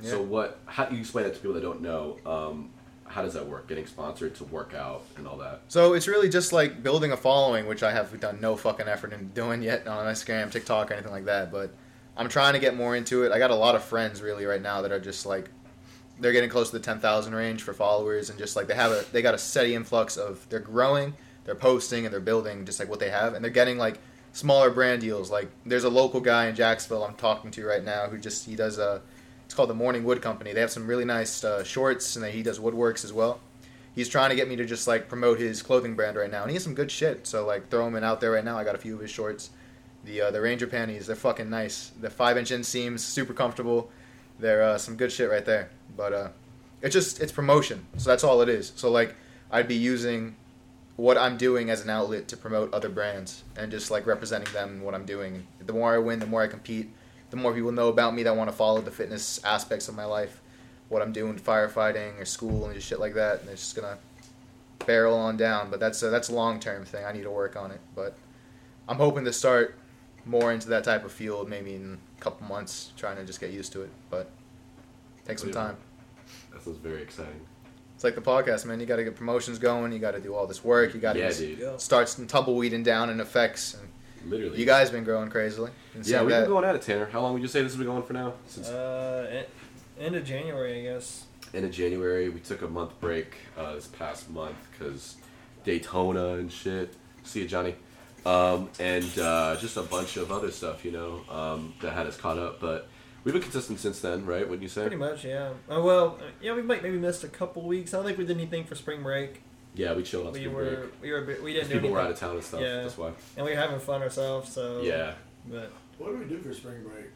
Speaker 3: Yeah.
Speaker 1: So what? How you explain that to people that don't know? Um, how does that work? Getting sponsored to work out and all that.
Speaker 3: So it's really just like building a following, which I have done no fucking effort in doing yet on Instagram, TikTok, or anything like that. But I'm trying to get more into it. I got a lot of friends really right now that are just like they're getting close to the 10,000 range for followers and just like they have a they got a steady influx of they're growing, they're posting and they're building just like what they have and they're getting like smaller brand deals. Like there's a local guy in Jacksonville I'm talking to right now who just he does a it's called the Morning Wood Company. They have some really nice uh, shorts and then he does woodworks as well. He's trying to get me to just like promote his clothing brand right now and he has some good shit. So like throw him in out there right now. I got a few of his shorts. The uh, the Ranger panties, they're fucking nice. The five inch inseams, super comfortable. They're uh, some good shit right there. But uh, it's just it's promotion. So that's all it is. So like I'd be using what I'm doing as an outlet to promote other brands and just like representing them and what I'm doing. The more I win, the more I compete. The more people know about me that want to follow the fitness aspects of my life, what I'm doing, firefighting or school and just shit like that. And it's just gonna barrel on down. But that's a, that's a long term thing. I need to work on it. But I'm hoping to start more into that type of field maybe in a couple months, trying to just get used to it. But take some
Speaker 1: Yeah.
Speaker 3: time.
Speaker 1: That sounds very exciting.
Speaker 3: It's like the podcast, man. You got to get promotions going. You got to do all this work. You got to
Speaker 1: yeah,
Speaker 3: just
Speaker 1: dude.
Speaker 3: start some tumbleweeding down in effects. And
Speaker 1: Literally.
Speaker 3: you guys been growing crazily. And
Speaker 1: Yeah,
Speaker 3: so
Speaker 1: we've
Speaker 3: that-
Speaker 1: been going at it, Tanner. How long would you say this has been going for now? Since
Speaker 5: Uh, en- end of January, I guess.
Speaker 1: end of January. We took a month break uh, this past month because Daytona and shit. See you, Johnny. Um, and uh, just a bunch of other stuff, you know, um, that had us caught up. But we've been consistent since then, right? Wouldn't you say?
Speaker 5: Pretty much, yeah. Uh, well, uh, yeah, we might maybe missed a couple weeks. I don't think we did anything for spring break.
Speaker 1: Yeah, we chilled out
Speaker 5: we
Speaker 1: spring
Speaker 5: were,
Speaker 1: break.
Speaker 5: we were, a bit- we
Speaker 1: 'Cause
Speaker 5: didn't
Speaker 1: people
Speaker 5: do anything,
Speaker 1: were out of town and stuff.
Speaker 5: Yeah.
Speaker 1: That's why.
Speaker 5: and we were having fun ourselves. So
Speaker 1: Yeah,
Speaker 5: but
Speaker 6: What do we do for spring break?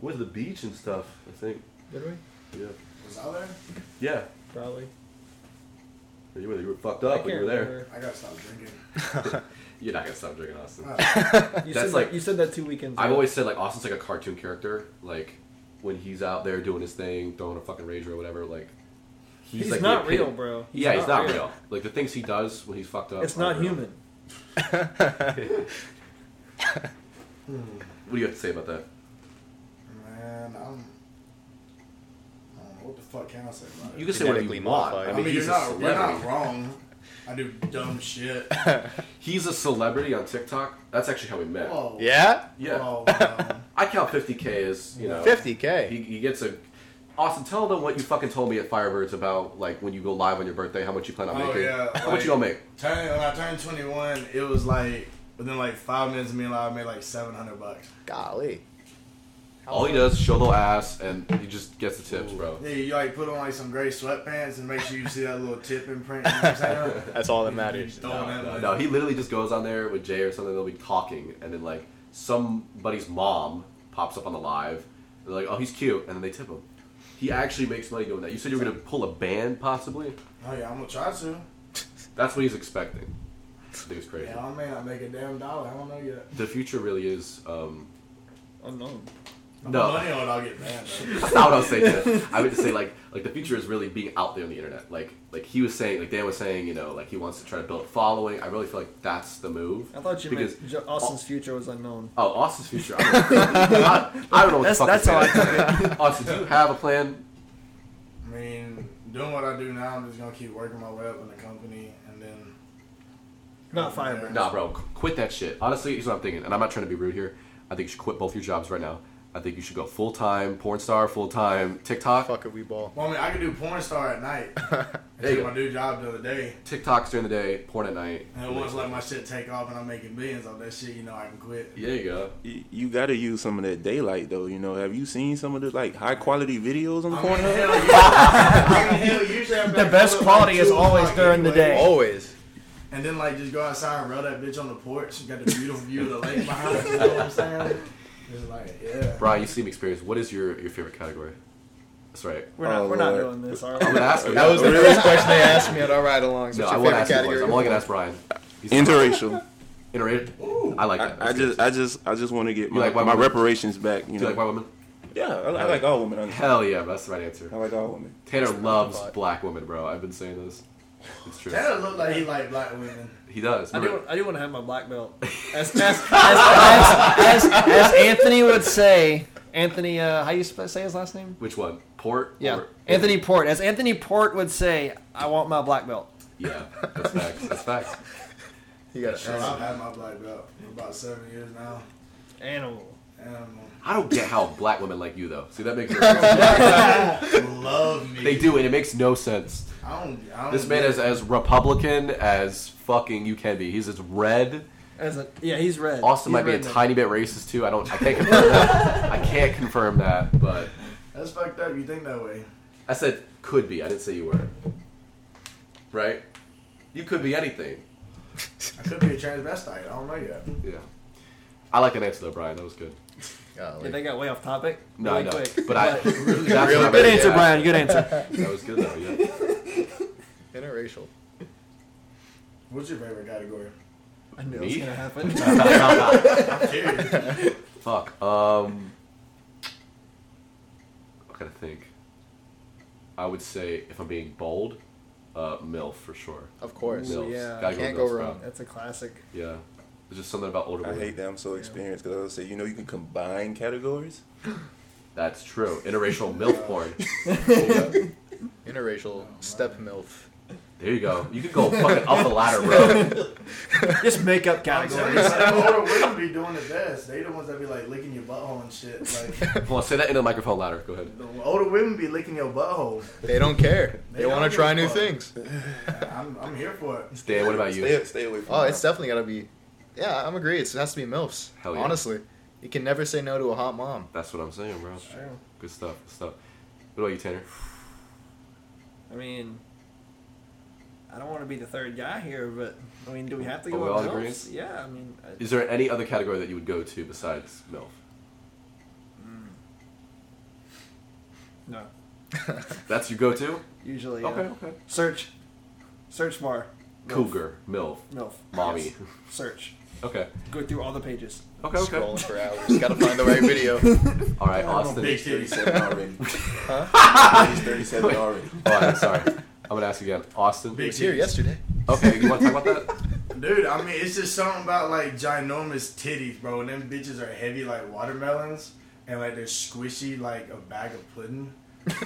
Speaker 1: with the beach and stuff. I think.
Speaker 5: did we?
Speaker 1: Yeah.
Speaker 6: Was I there?
Speaker 1: Yeah.
Speaker 5: Probably.
Speaker 1: You were, you were fucked
Speaker 5: I
Speaker 1: up
Speaker 5: can't
Speaker 1: when you were there.
Speaker 5: remember.
Speaker 6: I gotta stop drinking.
Speaker 1: You're not gonna stop drinking, Austin.
Speaker 6: Ah,
Speaker 1: <laughs> That's
Speaker 5: You said
Speaker 1: like-
Speaker 5: that, you said that two weekends.
Speaker 1: I've
Speaker 5: ago.
Speaker 1: always said like Austin's like a cartoon character. Like when he's out there doing his thing, throwing a fucking rager or whatever. Like
Speaker 5: he's,
Speaker 1: like, the
Speaker 5: not
Speaker 1: epit-
Speaker 5: real, bro.
Speaker 1: yeah, he's not real. Like the things he does when he's fucked up.
Speaker 5: It's not
Speaker 1: aren't real.
Speaker 5: human.
Speaker 1: What do you have to say about that?
Speaker 6: man, I'm. I don't know, what the fuck can I say about it?
Speaker 1: You can say whatever
Speaker 3: Genetically
Speaker 1: you want.
Speaker 3: modified.
Speaker 1: I
Speaker 6: I
Speaker 1: mean,
Speaker 6: mean, you're
Speaker 1: he's a
Speaker 6: not, you're
Speaker 1: celebrity.
Speaker 6: not wrong. I do
Speaker 1: <laughs>
Speaker 6: dumb shit.
Speaker 1: He's a celebrity on TikTok. That's actually how we met.
Speaker 6: Oh,
Speaker 3: yeah,
Speaker 1: Yeah,
Speaker 6: Oh, um,
Speaker 1: I count 50k as you know.
Speaker 3: 50k.
Speaker 1: He, he gets a. Austin, tell them what you fucking told me at Firebirds about like when you go live on your birthday, how much you plan on
Speaker 6: Oh,
Speaker 1: making.
Speaker 6: yeah,
Speaker 1: how
Speaker 6: like-
Speaker 1: much you gonna make?
Speaker 6: turn, when I turned 21, it was like within like five minutes of me and I made like 700 bucks.
Speaker 3: Golly.
Speaker 1: All he does is show little ass and he just gets the tips, bro.
Speaker 6: Yeah, you like put on like some gray sweatpants and make sure you see that little tip imprint. You know what
Speaker 1: <laughs>
Speaker 6: I'm saying?
Speaker 3: That's all that matters.
Speaker 6: Throwing that
Speaker 1: No,
Speaker 6: money.
Speaker 1: no, he literally just goes on there with Jay or something. They'll be talking, and then like somebody's mom pops up on the live. and They're like, "Oh, he's cute," and then they tip him. He actually makes money doing that. You said you were gonna pull a band, possibly.
Speaker 6: Oh yeah, I'm gonna try to.
Speaker 1: That's what he's expecting. Dude's crazy.
Speaker 6: Yeah, I may not make a damn dollar. I don't know yet.
Speaker 1: The future really is. Um,
Speaker 5: Unknown.
Speaker 6: I'm
Speaker 1: No. <laughs>
Speaker 6: money on it, I'll get banned. though.
Speaker 1: that's not what I was saying. Jeff. I would just say like, like the future is really being out there on the internet. Like, like he was saying, like Dan was saying, you know, like he wants to try to build a following. I really feel like that's the move.
Speaker 5: I thought you
Speaker 1: because
Speaker 5: meant Jo- Austin's future was unknown.
Speaker 1: Oh, Austin's future. I don't
Speaker 2: <laughs>
Speaker 1: know, I, I don't know what
Speaker 2: That's-
Speaker 1: the fuck
Speaker 2: that's
Speaker 1: his plan
Speaker 2: how
Speaker 1: is. <laughs> Austin, do you have a plan?
Speaker 6: I mean, doing what I do now, I'm just gonna keep working my way up in the company, and then
Speaker 5: Not
Speaker 1: Oh, <laughs>
Speaker 5: Firebird.
Speaker 1: Nah, bro, qu- quit that shit. Honestly, here's what I'm thinking, and I'm not trying to be rude here. I think you should quit both your jobs right now. I think you should go full time porn star, full time TikTok.
Speaker 3: Fuck a wee ball.
Speaker 6: Well, I mean, I could do porn star at night.
Speaker 5: <laughs>
Speaker 1: There you
Speaker 6: I did
Speaker 1: go.
Speaker 6: my new job the other day,
Speaker 1: TikToks during the day, porn at night.
Speaker 6: and once let my shit take off and I'm making millions off that shit, you know I can quit.
Speaker 1: Yeah, there you go.
Speaker 4: You, you got to use some of that daylight though. You know, have you seen some of the like high quality videos on
Speaker 1: Oh,
Speaker 6: I mean,
Speaker 4: Pornhub?
Speaker 5: <laughs>
Speaker 6: hell, yeah. I mean, hell, usually I'm
Speaker 5: The
Speaker 6: back
Speaker 5: best
Speaker 6: up at
Speaker 5: quality
Speaker 6: two
Speaker 5: is always
Speaker 6: o'clock
Speaker 5: during the
Speaker 6: anyway.
Speaker 5: day.
Speaker 3: Always.
Speaker 6: And then like just go outside and roll that bitch on the porch. You got the beautiful view of the lake behind us. You know
Speaker 5: <laughs>
Speaker 6: what I'm saying? Just like yeah.
Speaker 1: Brian, you seem experienced. What is your, your favorite category? That's right.
Speaker 5: We're not.
Speaker 4: Oh,
Speaker 5: we're not
Speaker 4: Lord.
Speaker 5: doing this. Are
Speaker 1: I'm
Speaker 5: we?
Speaker 1: gonna ask you.
Speaker 3: <laughs> That was the first question they asked me at our ride alongs.
Speaker 1: no,
Speaker 3: What's
Speaker 1: I
Speaker 3: your
Speaker 1: won't
Speaker 3: favorite
Speaker 1: ask you the
Speaker 3: category?
Speaker 1: first. I'm only gonna ask Brian. He's
Speaker 4: Interracial.
Speaker 1: <laughs> Interrated. I like that.
Speaker 4: I,
Speaker 1: That's
Speaker 4: I
Speaker 1: good.
Speaker 4: just, I just, I just want to get
Speaker 1: You
Speaker 4: my,
Speaker 1: like white
Speaker 4: my
Speaker 1: women?
Speaker 4: reparations back. You
Speaker 1: do you
Speaker 4: know,
Speaker 1: like white women?
Speaker 4: yeah, I, I like all women. honestly.
Speaker 1: Hell yeah, bro, that's the right answer.
Speaker 4: I like all women.
Speaker 1: Tanner loves
Speaker 3: thought.
Speaker 1: black women, bro. I've been saying this. It's true.
Speaker 6: That look like he like black women.
Speaker 1: He does.
Speaker 5: I do,
Speaker 1: Remember-
Speaker 5: I do want to have my
Speaker 1: <laughs>
Speaker 5: black belt. As, as,
Speaker 2: as, as, as Anthony would say, Anthony, uh, how you sp- say his last name?
Speaker 1: Which one? Port?
Speaker 2: Yeah,
Speaker 1: Or-
Speaker 2: Anthony Port. As Anthony Port would say, I want my black belt.
Speaker 1: Yeah, that's facts. That's
Speaker 5: <laughs>
Speaker 1: facts.
Speaker 3: You got
Speaker 6: Sure, I've had my black belt for about seven years now.
Speaker 5: animal.
Speaker 6: Um,
Speaker 1: I don't get how black women like you though. See
Speaker 2: <laughs>
Speaker 1: that makes no
Speaker 6: love me.
Speaker 1: they do, and it makes no sense.
Speaker 6: I don't. I don't
Speaker 1: This man
Speaker 6: get
Speaker 1: is as Republican as fucking you can be. He's as red.
Speaker 5: As a, yeah, he's red.
Speaker 1: Austin
Speaker 5: He's
Speaker 1: might be a
Speaker 5: redneck.
Speaker 1: tiny bit racist too. I don't. I can't confirm that. I can't confirm that, but
Speaker 6: That's fucked up. You think that way?
Speaker 1: I said could be. I didn't say you were. Right? You could be anything.
Speaker 6: I could be a transvestite. I don't know yet.
Speaker 1: Yeah. I like that answer though, Brian. That was good.
Speaker 5: Yeah,
Speaker 3: Golly.
Speaker 5: they got way off topic.
Speaker 1: No,
Speaker 5: really
Speaker 1: I know.
Speaker 5: Quick.
Speaker 1: But I. <laughs> that's
Speaker 3: Really?
Speaker 1: what I-
Speaker 2: Good answer,
Speaker 1: yeah,
Speaker 2: Brian. Good
Speaker 1: <laughs>
Speaker 2: answer.
Speaker 1: That was good though. Yeah.
Speaker 3: Interracial.
Speaker 6: What's your favorite category?
Speaker 5: I knew it
Speaker 1: Me?
Speaker 5: was
Speaker 1: <laughs>
Speaker 5: gonna happen.
Speaker 6: I'm curious.
Speaker 1: Fuck. Um. I gotta think. I would say if I'm being bold, uh, MILF for sure.
Speaker 3: Of course.
Speaker 5: Ooh,
Speaker 1: MILFs.
Speaker 5: yeah.
Speaker 1: Gotta
Speaker 3: Can't
Speaker 1: MILFs,
Speaker 3: go
Speaker 1: bro.
Speaker 3: wrong.
Speaker 5: That's a classic.
Speaker 1: Yeah. There's just something about older
Speaker 4: I
Speaker 1: women.
Speaker 4: hate that I'm so experienced because I would say, you know, you can combine categories.
Speaker 1: That's true. Interracial MILF porn.
Speaker 3: Interracial step milf.
Speaker 1: There you go. You could go fucking up the ladder,
Speaker 3: <laughs>
Speaker 1: bro.
Speaker 5: Just make up
Speaker 6: I'm
Speaker 5: categories.
Speaker 6: serious. Like,
Speaker 1: <laughs>
Speaker 6: older women be doing the best. They the ones that be like licking your butthole and shit. Like
Speaker 1: Come on, say that into the microphone louder. Go ahead.
Speaker 6: the older women be licking your butthole.
Speaker 3: They don't care.
Speaker 6: They
Speaker 3: They,
Speaker 6: don't
Speaker 3: want
Speaker 6: give
Speaker 3: to
Speaker 6: a
Speaker 3: try new
Speaker 6: fuck.
Speaker 3: things.
Speaker 6: I'm, I'm here for it.
Speaker 1: Stan, what about you?
Speaker 4: Stay, stay away from
Speaker 3: Oh,
Speaker 4: that.
Speaker 3: it's definitely gotta be. Yeah, I'm agree. It has to be milfs.
Speaker 1: Hell yeah.
Speaker 3: Honestly, you can never say no to a hot mom.
Speaker 1: That's what I'm saying, bro.
Speaker 5: Sure.
Speaker 1: Good stuff. Good stuff. What about you, Tanner?
Speaker 5: I mean, I don't want to be the third guy here, but I mean, do we have to
Speaker 1: Are
Speaker 5: go
Speaker 1: we
Speaker 5: with
Speaker 1: all
Speaker 5: MILFs? Yeah, I mean, I,
Speaker 1: Is there any other category that you would go to besides MILF?
Speaker 5: no.
Speaker 1: That's your go-to?
Speaker 5: Usually, yeah.
Speaker 1: Okay, okay.
Speaker 5: Search, search bar. MILF.
Speaker 1: Cougar, MILF,
Speaker 5: MILF.
Speaker 1: mommy.
Speaker 5: Yes. Search.
Speaker 1: <laughs> Okay.
Speaker 5: Go through all the pages.
Speaker 1: Okay, okay.
Speaker 3: Scrolling for hours. gotta find the right <laughs> video.
Speaker 1: All right,
Speaker 6: I'm a
Speaker 1: Austin.
Speaker 6: big titty.
Speaker 4: 37 already. He's 37 already.
Speaker 1: <laughs> All right, sorry. I'm gonna ask again, Austin.
Speaker 3: It was here yesterday.
Speaker 1: Okay, you want to talk about that?
Speaker 6: Dude, I mean, it's just something about like ginormous titties, bro. And them bitches are heavy like watermelons, and like they're squishy like a bag of pudding.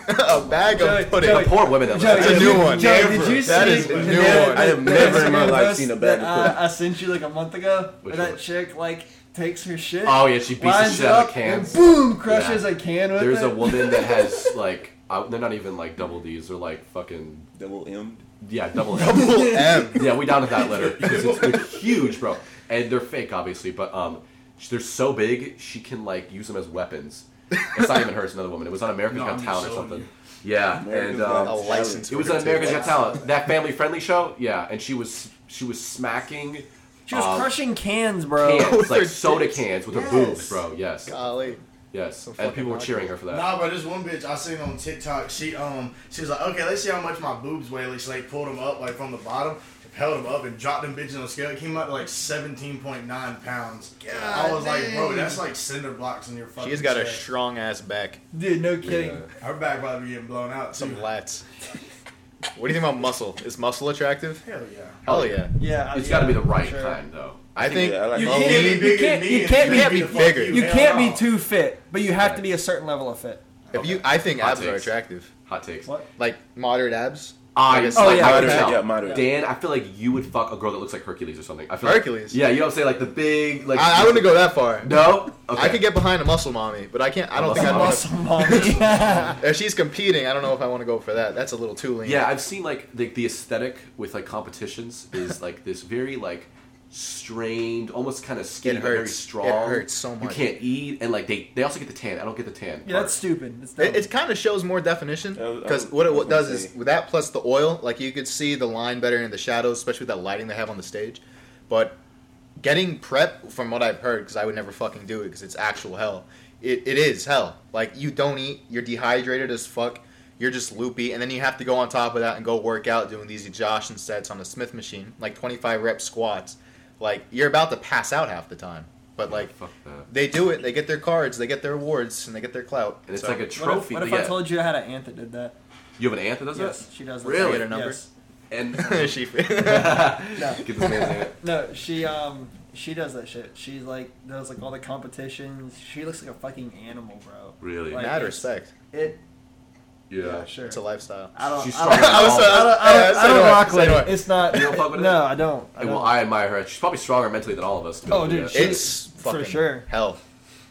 Speaker 3: a bag of pudding.
Speaker 1: The poor women that
Speaker 3: That's
Speaker 1: listen.
Speaker 3: a new one.
Speaker 5: Joey, did you see
Speaker 3: That is a
Speaker 5: the-
Speaker 3: new
Speaker 5: the-
Speaker 3: one.
Speaker 4: I have
Speaker 5: the
Speaker 4: never in my
Speaker 5: Instagram
Speaker 4: life
Speaker 5: post
Speaker 4: seen a bag
Speaker 5: that uh,
Speaker 4: of pudding.
Speaker 5: I, I sent you like a month ago.
Speaker 1: Which
Speaker 5: where that
Speaker 1: one?
Speaker 5: chick like takes her shit.
Speaker 1: Oh yeah, she beats the
Speaker 5: lines
Speaker 1: shit out of
Speaker 5: up,
Speaker 1: cans.
Speaker 5: And boom, crushes a can with
Speaker 1: There's
Speaker 5: it.
Speaker 1: a woman that has like, I, they're not even like double D's. They're like fucking
Speaker 4: Double M.
Speaker 1: yeah, double M's.
Speaker 3: Double M.
Speaker 1: <laughs> yeah, we down at that litter because it's, they're huge, bro, and they're fake, obviously. But um, they're so big, she can like use them as weapons. It's not even her; it's another woman. It was on America's
Speaker 6: No, I'm
Speaker 1: Got
Speaker 6: just
Speaker 1: Talent or
Speaker 6: showing
Speaker 1: something.
Speaker 6: you.
Speaker 1: Yeah,
Speaker 4: America's
Speaker 1: and
Speaker 4: Got
Speaker 1: um,
Speaker 3: A license.
Speaker 1: it was on America's Got Talent, that family friendly show. Yeah, and she was she was smacking
Speaker 5: She was
Speaker 1: um,
Speaker 5: crushing cans, bro.
Speaker 1: cans
Speaker 3: With
Speaker 1: like
Speaker 3: her
Speaker 1: soda
Speaker 3: tits.
Speaker 1: cans with her
Speaker 6: Yes.
Speaker 1: boobs, bro. Yes,
Speaker 3: Golly.
Speaker 1: yes,
Speaker 3: Some
Speaker 1: and
Speaker 3: fucking
Speaker 1: people were
Speaker 3: rock.
Speaker 1: cheering her for that.
Speaker 6: Nah, bro, this one bitch I seen on TikTok, she um, she was like, okay, let's see how much my boobs weigh. Like, she like pulled them up like from the bottom, held them up, and dropped them bitches on the scale. It came out to like seventeen point nine pounds. I was like, bro, that's like cinder blocks in your fucking.
Speaker 3: She's got a
Speaker 6: chest.
Speaker 3: strong ass back.
Speaker 5: <laughs> Dude, no kidding.
Speaker 1: Yeah.
Speaker 6: her back probably be getting blown out.
Speaker 3: Some
Speaker 6: Too.
Speaker 3: lats. <laughs> What do you think about muscle? Is muscle attractive?
Speaker 6: Hell yeah.
Speaker 3: Hell yeah.
Speaker 5: Yeah,
Speaker 1: It's
Speaker 5: yeah,
Speaker 1: got to be the
Speaker 5: for
Speaker 1: right
Speaker 5: sure.
Speaker 1: kind, though.
Speaker 3: I think.
Speaker 4: Yeah, I like
Speaker 5: You
Speaker 4: all-
Speaker 6: Can't
Speaker 5: can't,
Speaker 6: be bigger
Speaker 5: you
Speaker 6: than
Speaker 5: can't,
Speaker 6: me
Speaker 5: you
Speaker 6: and
Speaker 5: can't,
Speaker 6: big
Speaker 5: be,
Speaker 6: the fuck
Speaker 3: bigger.
Speaker 5: you
Speaker 6: Hell
Speaker 5: can't
Speaker 6: no.
Speaker 5: be too fit, but you have to be a certain level of fit.
Speaker 3: If you, I think
Speaker 1: Hot
Speaker 3: abs are
Speaker 1: takes.
Speaker 3: attractive.
Speaker 1: Hot takes.
Speaker 5: What?
Speaker 3: Like moderate abs.
Speaker 1: I,
Speaker 3: Like a
Speaker 1: oh,
Speaker 3: slight
Speaker 1: yeah, I
Speaker 4: moderate,
Speaker 1: can tell.
Speaker 4: yeah, moderate.
Speaker 1: Dan, I feel like you would fuck a girl that looks like Hercules or something. I feel
Speaker 3: Hercules?
Speaker 1: Like, yeah, you know what I'm saying? Like the big, like.
Speaker 3: I, I wouldn't go that far.
Speaker 1: No. Okay.
Speaker 3: I could get behind a muscle mommy, but I can't. I don't think I'd
Speaker 1: <laughs>
Speaker 3: want
Speaker 5: Muscle mommy. <laughs> yeah.
Speaker 3: to. <laughs> If she's competing, I don't know if I want to go for that. That's a little too lean.
Speaker 1: Yeah, I've seen like the, the aesthetic with like competitions is <laughs> like this very like strained, almost kind of skinny,
Speaker 3: It
Speaker 1: but very
Speaker 3: hurts. It
Speaker 1: strong.
Speaker 3: hurts so
Speaker 1: You
Speaker 3: much.
Speaker 1: can't eat, and like they they also get the tan. I don't get the tan. part.
Speaker 5: that's stupid. It's dumb.
Speaker 3: It, it kind of shows more definition
Speaker 4: I Oh. was- I
Speaker 3: because
Speaker 4: was-
Speaker 3: what
Speaker 4: I
Speaker 3: it
Speaker 4: was
Speaker 3: what does
Speaker 4: gonna
Speaker 3: is
Speaker 4: say.
Speaker 3: with that plus the oil, like you could see the line better in the shadows, especially with that lighting they have on the stage. But getting prep, from what I've heard, because I would never fucking do it because it's actual hell. It, it is hell. Like you don't eat, you're dehydrated as fuck, you're just loopy, and then you have to go on top of that and go work out doing these exhaustion sets on a Smith machine, like 25 rep squats. Like you're about to pass out half the time. But like
Speaker 1: fuck that.
Speaker 3: they do it, they get their cards, they get their awards, and they get their clout.
Speaker 1: And it's
Speaker 3: So-
Speaker 1: like a
Speaker 5: what if,
Speaker 1: trophy.
Speaker 5: what if
Speaker 1: but
Speaker 5: I
Speaker 1: yeah.
Speaker 5: told you I had an aunt that did that?
Speaker 1: you have an aunt that does
Speaker 5: Yes, she does. that.
Speaker 1: Really?
Speaker 3: Get a number?
Speaker 5: Yes.
Speaker 1: <laughs> that?
Speaker 3: <laughs> she
Speaker 1: And
Speaker 5: No.
Speaker 1: get this man's
Speaker 3: <laughs>
Speaker 1: aunt.
Speaker 5: No, she um she does that shit. She like does like all the competitions. She looks like a fucking animal, bro.
Speaker 1: Really?
Speaker 5: Like,
Speaker 3: mad
Speaker 5: it's-
Speaker 3: respect.
Speaker 5: It
Speaker 1: Yeah.
Speaker 5: sure.
Speaker 3: It's a lifestyle.
Speaker 5: I don't.
Speaker 1: She's
Speaker 5: I don't,
Speaker 1: stronger
Speaker 5: I
Speaker 1: than all of
Speaker 5: don't, I
Speaker 1: us.
Speaker 5: don't, I don't,
Speaker 3: Yeah,
Speaker 5: I don't
Speaker 3: so do I.
Speaker 5: rock
Speaker 3: So
Speaker 5: with
Speaker 3: do
Speaker 5: it.
Speaker 3: I.
Speaker 5: It's not.
Speaker 1: You don't fuck with it?
Speaker 5: no, I don't. I
Speaker 1: Like, well,
Speaker 5: don't.
Speaker 1: I admire her. She's probably stronger mentally than all of us. to be
Speaker 5: Oh,
Speaker 1: able to do
Speaker 5: dude,
Speaker 1: that.
Speaker 5: she-
Speaker 3: It's
Speaker 5: For
Speaker 3: fucking
Speaker 5: sure.
Speaker 3: hell.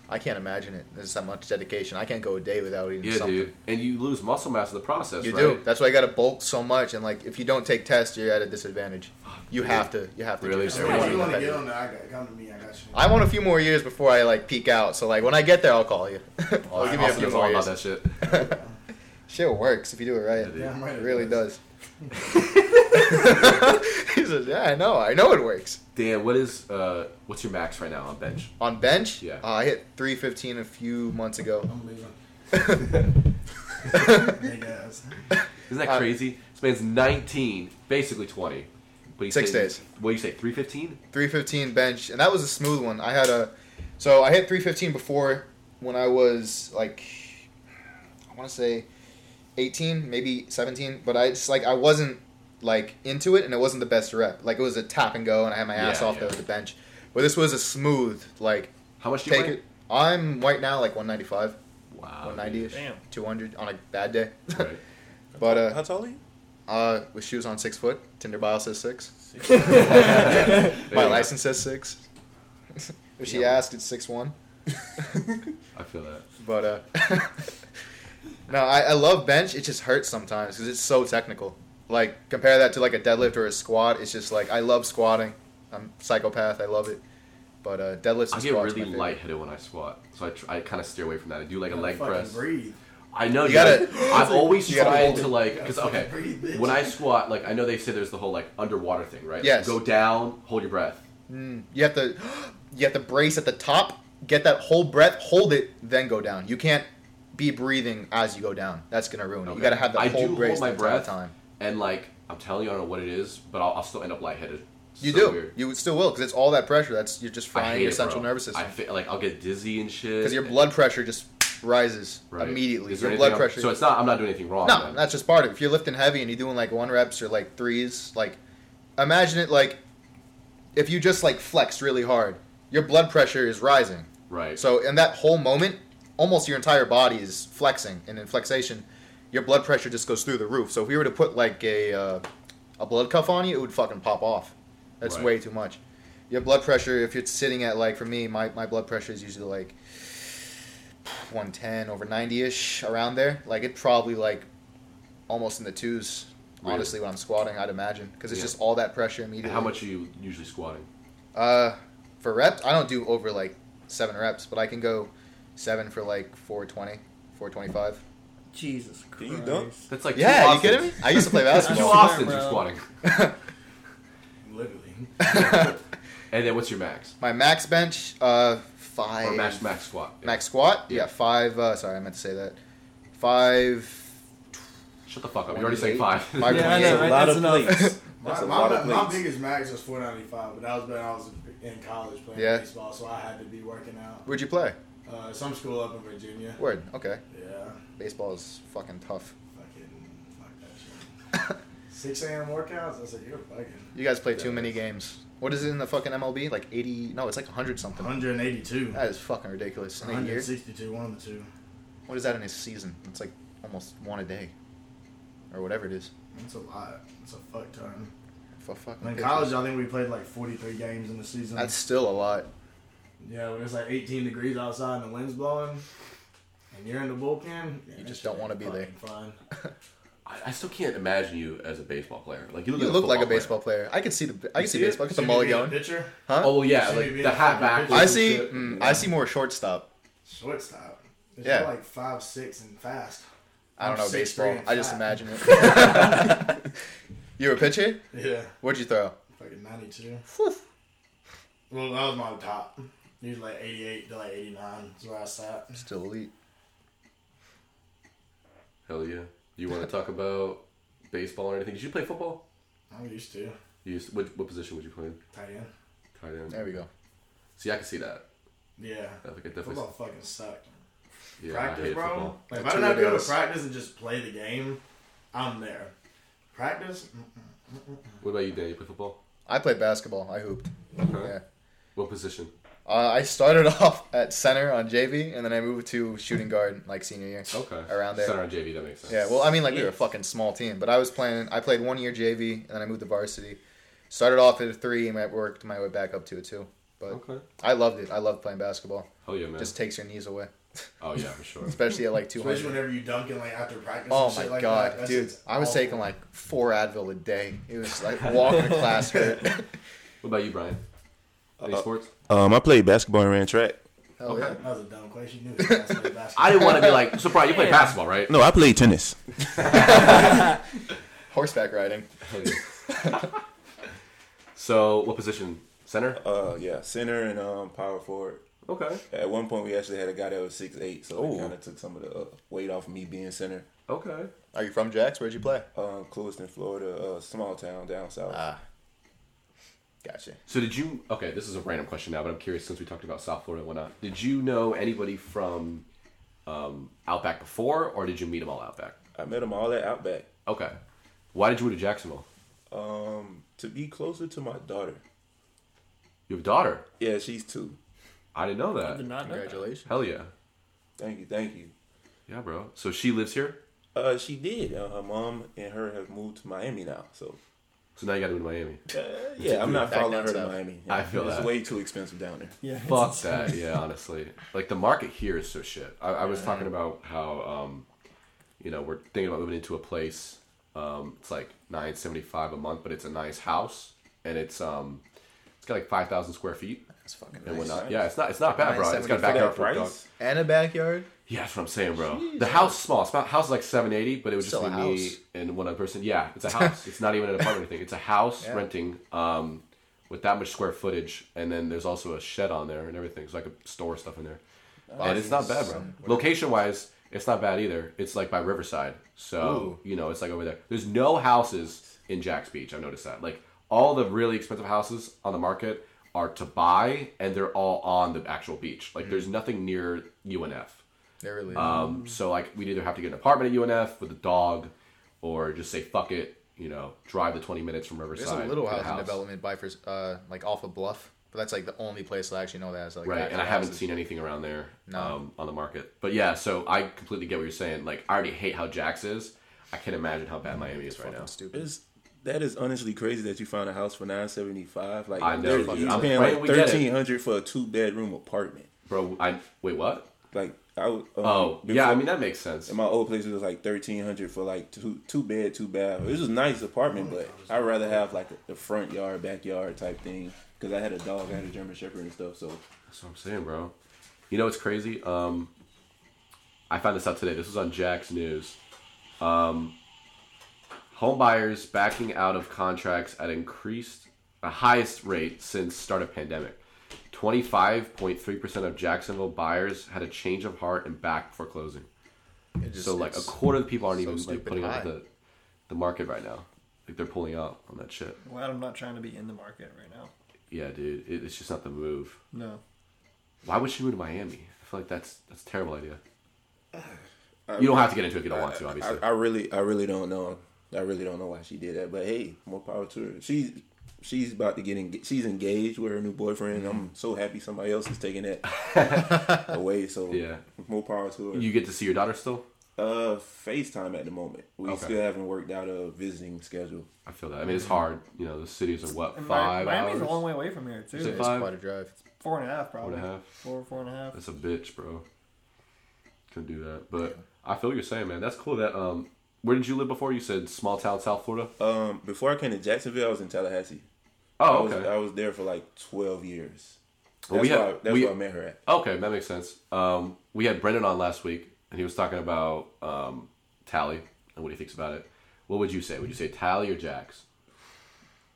Speaker 3: I can't imagine it. There's that much dedication. I can't go a day without eating
Speaker 1: yeah,
Speaker 3: something.
Speaker 1: dude. And you lose muscle mass in the process,
Speaker 3: you
Speaker 1: right?
Speaker 3: do. That's why you got to bulk so much. And like, if you don't take tests, you're at a disadvantage. You have to. You have to.
Speaker 1: Really?
Speaker 3: do
Speaker 1: Is
Speaker 6: If
Speaker 1: there
Speaker 3: it.
Speaker 1: anything
Speaker 6: you want to get on there, I got, come to me. I got you.
Speaker 3: I want a few more years before I like peak out. So like, when I get there, I'll call you. <laughs>
Speaker 1: Oh,
Speaker 3: I'll give you a
Speaker 1: Austin
Speaker 3: few
Speaker 1: knows
Speaker 3: more
Speaker 1: all about
Speaker 3: years.
Speaker 1: that shit. <laughs>
Speaker 3: <laughs> Shit works if you do it right.
Speaker 1: Yeah, dude.
Speaker 6: Damn right
Speaker 3: It
Speaker 6: it
Speaker 3: really
Speaker 6: does.
Speaker 3: does. <laughs> he says, "Yeah, I know. I know it works."
Speaker 1: Dan, what is uh, what's your max right now on bench?
Speaker 3: On bench,
Speaker 1: Yeah.
Speaker 3: uh, I hit 315 a few months
Speaker 6: <laughs>
Speaker 3: ago. <laughs>
Speaker 6: I'm leaving. Big ass.
Speaker 1: Isn't that
Speaker 3: Uh,
Speaker 1: crazy? This man's 19, basically 20. But he
Speaker 3: Six
Speaker 1: said-
Speaker 3: days.
Speaker 1: What do you say? 315?
Speaker 3: 315 bench, and that was a smooth one. I had a, so I hit 315 before when I was like, I want to say, 18, maybe 17, but I just like I wasn't like into it, and it wasn't the best rep. Like it was a tap and go, and I had my ass
Speaker 1: Yeah,
Speaker 3: off
Speaker 1: yeah.
Speaker 3: there with the bench. But this was a smooth like
Speaker 1: How much do you
Speaker 3: take
Speaker 1: weigh?
Speaker 3: it. I'm right now like 195,
Speaker 1: Wow.
Speaker 3: 190 ish,
Speaker 5: Damn.
Speaker 3: 200 on a bad day. <laughs>
Speaker 1: dude. Right.
Speaker 3: but uh,
Speaker 4: How tall are you?
Speaker 3: Uh, with shoes on six foot. Tinder bio says six.
Speaker 1: There
Speaker 3: My
Speaker 1: you go.
Speaker 3: license says six. <laughs> if she
Speaker 1: Yeah.
Speaker 3: asked, it's six
Speaker 1: <laughs>
Speaker 3: one.
Speaker 1: I feel that.
Speaker 3: But uh, <laughs> no, I, I love bench. It just hurts sometimes because it's so technical. Like compare that to like a deadlift or a squat. It's just like I love squatting. I'm a psychopath. I love it. But uh, deadlifts.
Speaker 1: I
Speaker 3: And
Speaker 1: get
Speaker 3: squats are
Speaker 1: really
Speaker 3: my favorite.
Speaker 1: lightheaded when I squat, so I, tr- I kind of steer away from that. I do like a
Speaker 6: Gotta
Speaker 1: leg
Speaker 6: fucking
Speaker 1: press.
Speaker 6: Breathe.
Speaker 1: I know
Speaker 3: You
Speaker 1: you
Speaker 3: gotta-
Speaker 1: gotta. I've always
Speaker 3: <laughs> you gotta
Speaker 1: tried
Speaker 3: hold
Speaker 1: to
Speaker 3: it.
Speaker 1: like
Speaker 6: You
Speaker 1: because
Speaker 6: gotta
Speaker 1: okay,
Speaker 6: breathe, bitch.
Speaker 1: when I squat, like I know they say there's the whole like underwater thing, right? Like,
Speaker 3: Yes.
Speaker 1: go down, hold your breath.
Speaker 3: You have to. <gasps> You have to brace at the top. Get that whole breath. Hold it. Then go down. You can't be breathing as you go down. That's gonna ruin it.
Speaker 1: Okay.
Speaker 3: You got to have that
Speaker 1: I
Speaker 3: whole
Speaker 1: do
Speaker 3: brace
Speaker 1: hold my
Speaker 3: the entire
Speaker 1: breath.
Speaker 3: time.
Speaker 1: And like I'm telling you, I don't know what it is, but I'll, I'll still end up lightheaded. It's
Speaker 3: You
Speaker 1: so
Speaker 3: do.
Speaker 1: Weird.
Speaker 3: You still will because it's all that pressure. That's you're just
Speaker 1: I
Speaker 3: frying
Speaker 1: hate
Speaker 3: your
Speaker 1: it,
Speaker 3: central
Speaker 1: bro.
Speaker 3: nervous
Speaker 1: I
Speaker 3: system
Speaker 1: fe- like I'll get dizzy and shit. Eh,
Speaker 3: because your blood pressure just rises
Speaker 1: Right.
Speaker 3: immediately.
Speaker 1: Is there
Speaker 3: Your
Speaker 1: anything
Speaker 3: blood
Speaker 1: I'm-
Speaker 3: pressure.
Speaker 1: So it's not. I'm not doing anything wrong.
Speaker 3: no,
Speaker 1: then.
Speaker 3: that's just part of it. If you're lifting heavy and you're doing like one reps or like threes, like imagine it like if you just like flexed really hard, your blood pressure is rising.
Speaker 1: right.
Speaker 3: So in that whole moment, almost your entire body is flexing, and in flexation, your blood pressure just goes through the roof. So if we were to put like a uh, a blood cuff on you, it would fucking pop off. That's
Speaker 1: Right.
Speaker 3: way too much. Your blood pressure, if it's sitting at like for me, my, my blood pressure is usually like 110 over 90 ish around there. Like it probably like almost in the twos.
Speaker 1: Really?
Speaker 3: Honestly, when I'm squatting, I'd imagine because it's
Speaker 1: Yeah.
Speaker 3: just all that pressure
Speaker 1: And
Speaker 3: immediately.
Speaker 1: how much are you usually squatting?
Speaker 3: Uh, for reps, I don't do over like seven reps, but I can go seven for like 420, 425.
Speaker 5: <laughs> Jesus Christ.
Speaker 4: Can you dunk?
Speaker 1: That's like two
Speaker 3: yeah, you
Speaker 1: Austins.
Speaker 3: kidding me? I used to play
Speaker 1: That's two
Speaker 5: I
Speaker 3: basketball.
Speaker 5: swear,
Speaker 1: Austins you're
Speaker 5: bro.
Speaker 1: squatting.
Speaker 6: Literally.
Speaker 1: And then what's your max?
Speaker 3: <laughs> My max bench, uh, five.
Speaker 1: Or max max squat? Yeah.
Speaker 3: Max squat?
Speaker 1: Yeah.
Speaker 3: Yeah, five. Uh, sorry, I meant to say that. Five.
Speaker 1: Shut the fuck up. You're already saying
Speaker 3: 28.
Speaker 1: five.
Speaker 3: <laughs> Five
Speaker 5: Yeah, I
Speaker 4: That's
Speaker 5: know,
Speaker 3: twenty-eight.
Speaker 4: a
Speaker 5: right?
Speaker 4: lot
Speaker 5: That's
Speaker 4: of
Speaker 5: enough. <laughs>
Speaker 4: plates.
Speaker 6: My,
Speaker 4: That's a
Speaker 6: my,
Speaker 4: lot of
Speaker 6: my
Speaker 4: plates.
Speaker 6: biggest max was 495, but that was when I was in college playing
Speaker 3: Yeah.
Speaker 6: baseball, so I had to be working out.
Speaker 3: Where'd you play?
Speaker 6: Uh, some school up in Virginia.
Speaker 3: Word. Okay.
Speaker 6: Yeah.
Speaker 3: Baseball is fucking tough.
Speaker 6: Fucking fuck that
Speaker 3: <laughs>
Speaker 6: shit. 6 a.m. workouts? I said, you're fucking
Speaker 3: You guys play too many games. What is it in the fucking MLB? Like 80. No, it's like 100 something.
Speaker 6: 182.
Speaker 3: That is fucking ridiculous. In a year?
Speaker 6: 162, one of the two.
Speaker 3: What is that in a season? It's like almost one a day. Or whatever it is.
Speaker 6: That's a lot. That's a fuck ton.
Speaker 3: For fucking
Speaker 6: In
Speaker 3: pitchers.
Speaker 6: college, I think we played like 43 games in the season.
Speaker 3: That's still a lot.
Speaker 6: yeah, when it's like 18 degrees outside and the wind's blowing, and you're in the bullpen, yeah,
Speaker 3: You
Speaker 6: that
Speaker 3: just
Speaker 6: shit
Speaker 3: don't
Speaker 6: ain't
Speaker 3: wanna be there.
Speaker 6: fucking Fun.
Speaker 1: I, I still can't imagine you as a baseball player. Like you look,
Speaker 3: You
Speaker 1: like,
Speaker 3: look
Speaker 1: a
Speaker 3: like a
Speaker 1: football
Speaker 3: baseball player. I can see the I
Speaker 1: You
Speaker 3: can see
Speaker 1: see it?
Speaker 3: baseball. I can see <laughs> the
Speaker 6: Should
Speaker 3: mullet
Speaker 6: you be a
Speaker 3: going.
Speaker 6: Pitcher,
Speaker 3: Huh?
Speaker 1: Player. Oh well, yeah,
Speaker 6: Should
Speaker 1: like
Speaker 6: you be
Speaker 1: the
Speaker 6: a
Speaker 1: hat
Speaker 6: fucking
Speaker 1: back.
Speaker 6: pitcher?
Speaker 3: I
Speaker 6: Holy
Speaker 3: see.
Speaker 1: shit.
Speaker 3: Mm, I see more shortstop.
Speaker 6: shortstop. If
Speaker 3: Yeah.
Speaker 6: You're like five six and fast.
Speaker 3: I don't know
Speaker 6: I'm 6'3"
Speaker 3: baseball.
Speaker 6: and
Speaker 3: I just
Speaker 6: fat.
Speaker 3: imagine it. you were a pitcher?
Speaker 6: Yeah,
Speaker 3: What'd you throw?
Speaker 6: fucking 92. Well, that was my top. Usually like 88 to like 89 is where I sat.
Speaker 3: Still elite.
Speaker 1: Hell yeah. You want to talk about baseball or anything? Did you play football?
Speaker 6: I used to.
Speaker 1: You used, what, what position would you play? in?
Speaker 6: Tight end.
Speaker 1: Tight end.
Speaker 3: There we go.
Speaker 1: See, I can see that.
Speaker 6: Yeah.
Speaker 1: I think I definitely.
Speaker 6: Football fucking sucked.
Speaker 1: Yeah, I
Speaker 6: practice,
Speaker 1: hate
Speaker 6: bro.
Speaker 1: football.
Speaker 6: Like, if
Speaker 3: That's
Speaker 6: I don't
Speaker 3: what
Speaker 6: have to
Speaker 3: it
Speaker 6: go to
Speaker 3: is.
Speaker 6: practice and just play the game, I'm there. Practice? Mm-mm.
Speaker 1: What about you, Dan? You play football?
Speaker 3: I played basketball. I hooped. Yeah.
Speaker 1: What position?
Speaker 3: Uh, I started <laughs> off at center on JV, and then I moved to shooting guard like senior year.
Speaker 1: Okay.
Speaker 3: Around there.
Speaker 1: Center on JV. That makes sense.
Speaker 3: Yeah, well, I mean, like we were a
Speaker 4: Jeez.
Speaker 3: fucking small team, but I was playing. I played one year JV, and then I moved to varsity. Started off at a three, and I worked my way back up to a two. But
Speaker 1: Okay.
Speaker 3: I loved it. I loved playing basketball.
Speaker 1: Hell yeah, man.
Speaker 3: Just takes your knees away,
Speaker 1: oh yeah, for sure.
Speaker 3: especially at
Speaker 6: <laughs>
Speaker 3: like
Speaker 6: Especially
Speaker 3: 200.
Speaker 6: whenever you dunk in like after practice.
Speaker 3: Oh
Speaker 6: and shit
Speaker 3: my
Speaker 6: like
Speaker 3: god,
Speaker 6: that. That's-
Speaker 3: dude!
Speaker 6: it's
Speaker 3: I was
Speaker 6: awful.
Speaker 3: taking like four Advil a day. It was
Speaker 6: <laughs>
Speaker 3: like walking to class hurt.
Speaker 1: What about you, Brian? Any sports?
Speaker 4: Um, I played basketball and ran track.
Speaker 3: Hell yeah.
Speaker 6: That was a dumb question. You knew
Speaker 3: <laughs>
Speaker 6: it was gonna say basketball.
Speaker 1: <laughs> I didn't want to be like, so Brian, you play basketball, right?
Speaker 4: No, I played tennis.
Speaker 3: Horseback riding.
Speaker 1: Hell yeah. <laughs> so what position? Center.
Speaker 4: Uh, yeah, center and um power forward.
Speaker 1: Okay.
Speaker 4: At one point, we actually had a guy that was six eight, so
Speaker 1: Ooh.
Speaker 4: it kind of took some of the uh, weight off of me being center.
Speaker 1: Okay.
Speaker 3: Are you from Jax? Where'd you play?
Speaker 4: Um, Clewiston, Florida, uh, small town down south.
Speaker 3: Ah, gotcha.
Speaker 1: So did you? Okay, this is a random question now, but I'm curious since we talked about South Florida and whatnot. Did you know anybody from um, Outback before, or did you meet them all Outback?
Speaker 4: I met him all at Outback.
Speaker 1: Okay. Why did you move to Jacksonville?
Speaker 4: Um, to be closer to my daughter.
Speaker 1: You have a daughter.
Speaker 4: Yeah, she's two.
Speaker 1: I didn't know
Speaker 5: I did
Speaker 1: that.
Speaker 5: not know. that.
Speaker 3: Congratulations.
Speaker 1: Hell yeah.
Speaker 4: Thank you, thank you.
Speaker 1: Yeah, bro. So she lives here.
Speaker 4: Uh, she did. Uh, her mom and her have moved to Miami now, so
Speaker 1: So now you got to move to Miami.
Speaker 4: uh, yeah, I'm not
Speaker 3: Back
Speaker 4: following her to
Speaker 3: down south.
Speaker 4: Miami.
Speaker 1: I feel
Speaker 4: it's
Speaker 1: that.
Speaker 4: way too expensive down there.
Speaker 5: Yeah.
Speaker 1: Fuck that. Yeah, honestly, like the market here is so shit. I, I was talking about how, um, you know, we're thinking about moving into a place. Um, it's like nine seventy five a month, but it's a nice house, and it's um, it's got like five thousand square feet
Speaker 3: That's fucking
Speaker 1: and
Speaker 3: nice.
Speaker 1: whatnot. Yeah, it's not it's not bad, bro. It's got a
Speaker 3: 975
Speaker 1: backyard
Speaker 4: For that
Speaker 1: for a dog.
Speaker 4: price?
Speaker 3: And a backyard.
Speaker 1: Yeah, that's what I'm saying, bro. The house is small. It's about house is like seven eighty, but it would just
Speaker 3: Still
Speaker 1: be
Speaker 3: a
Speaker 1: me
Speaker 3: house.
Speaker 1: and one other person. Yeah,
Speaker 3: <laughs>
Speaker 1: it's a house. it's not even an apartment or anything. It's a house
Speaker 3: Yeah.
Speaker 1: renting um, with that much square footage, and then there's also a shed on there and everything, so I could store stuff in there.
Speaker 3: Oh,
Speaker 1: and it's not bad, bro.
Speaker 3: Boxes and-
Speaker 1: Location wise, it's not bad either. It's like by Riverside, so you know it's like over there. There's no houses in Jacks Beach. I've noticed that. Like all the really expensive houses on the market are to buy, and they're all on the actual beach.
Speaker 3: Hmm.
Speaker 1: Like there's nothing near UNF.
Speaker 3: There really is.
Speaker 1: Um, so like we'd either have to get an apartment at UNF with a dog, or just say fuck it, you know, drive the twenty minutes from Riverside.
Speaker 3: There's a little
Speaker 1: to the
Speaker 3: housing development by for uh like off of Bluff, but that's like the only place I actually know that has like
Speaker 1: right? And I
Speaker 3: actual
Speaker 1: haven't
Speaker 3: houses.
Speaker 1: seen anything around there
Speaker 3: No.
Speaker 1: um, on the market. But yeah, so I completely get what you're saying. Like I already hate how Jax is. I can't imagine how bad Miami is right now.
Speaker 3: Mm, Fucking Stupid.
Speaker 4: It's that is honestly crazy that you found a house for nine seventy five. Like
Speaker 1: I know,
Speaker 4: they're-
Speaker 1: dude.
Speaker 4: you're
Speaker 1: I'm
Speaker 4: paying
Speaker 1: right,
Speaker 4: like
Speaker 1: we get it.
Speaker 4: thirteen hundred for a two bedroom apartment.
Speaker 1: Bro, I wait, what?
Speaker 4: Like I would. Um,
Speaker 1: Oh, yeah,
Speaker 4: before-
Speaker 1: I mean that makes sense.
Speaker 4: in my old place it was like thirteen hundred for like two two bed two bath. It was a nice apartment, but I'd rather have like the front yard backyard type thing because I had a dog, I had a German Shepherd and stuff. So
Speaker 1: That's what I'm saying, bro. You know what's crazy? Um, I found this out today. This was on Jack's News. Um, home buyers backing out of contracts at increased the highest rate since start of pandemic. 25.3% of Jacksonville buyers had a change of heart and back before closing.
Speaker 3: It just-
Speaker 1: so like a
Speaker 3: it's-
Speaker 1: quarter of the people aren't
Speaker 3: so
Speaker 1: even like
Speaker 3: stupid
Speaker 1: putting up
Speaker 3: high.
Speaker 1: with the the market right now. Like they're pulling out on that shit.
Speaker 5: Glad I'm not trying to be in the market right now.
Speaker 1: Yeah, dude, it, it's just not the move.
Speaker 5: No.
Speaker 1: Why would she move to Miami? I feel like that's that's a terrible
Speaker 4: <sighs>
Speaker 1: idea. you don't have to get into it if you don't want to, obviously.
Speaker 4: I, I really, I really don't know. I really don't know why she did that, but hey, more power to her. She's she's about to get en- she's engaged with her new boyfriend.
Speaker 1: Mm-hmm.
Speaker 4: I'm so happy somebody else is taking that
Speaker 1: <laughs>
Speaker 4: away. So
Speaker 1: Yeah.
Speaker 4: more power to her.
Speaker 1: you get to see your daughter still?
Speaker 4: uh, FaceTime at the moment. We
Speaker 1: Okay.
Speaker 4: still haven't worked out a visiting schedule.
Speaker 1: I feel that. I mean,
Speaker 4: Mm-hmm.
Speaker 1: it's hard. You know, those cities are what
Speaker 5: And Mi-
Speaker 1: five
Speaker 5: Miami's
Speaker 1: hours.
Speaker 5: a long way away from here too.
Speaker 1: Is it
Speaker 5: It's
Speaker 1: five?
Speaker 3: Quite a drive.
Speaker 5: Four and a half probably.
Speaker 1: and a half?
Speaker 5: Four, four and a half.
Speaker 1: That's a bitch, bro. Couldn't do that. But I feel what you're saying, man. That's cool. That um, where did you live before? You said small town South Florida.
Speaker 4: Um, before I came to Jacksonville, I was in Tallahassee. I
Speaker 1: Oh,
Speaker 4: was,
Speaker 1: okay.
Speaker 4: I was there for like twelve years. That's
Speaker 1: Well, we
Speaker 4: where
Speaker 1: had-
Speaker 4: I- that's
Speaker 1: we-
Speaker 4: where I met her at.
Speaker 1: Okay, that makes sense. Um, we had Brendan on last week, and he was talking about um, Tally and what he thinks about it. What would you say? Would you say Tally or Jax?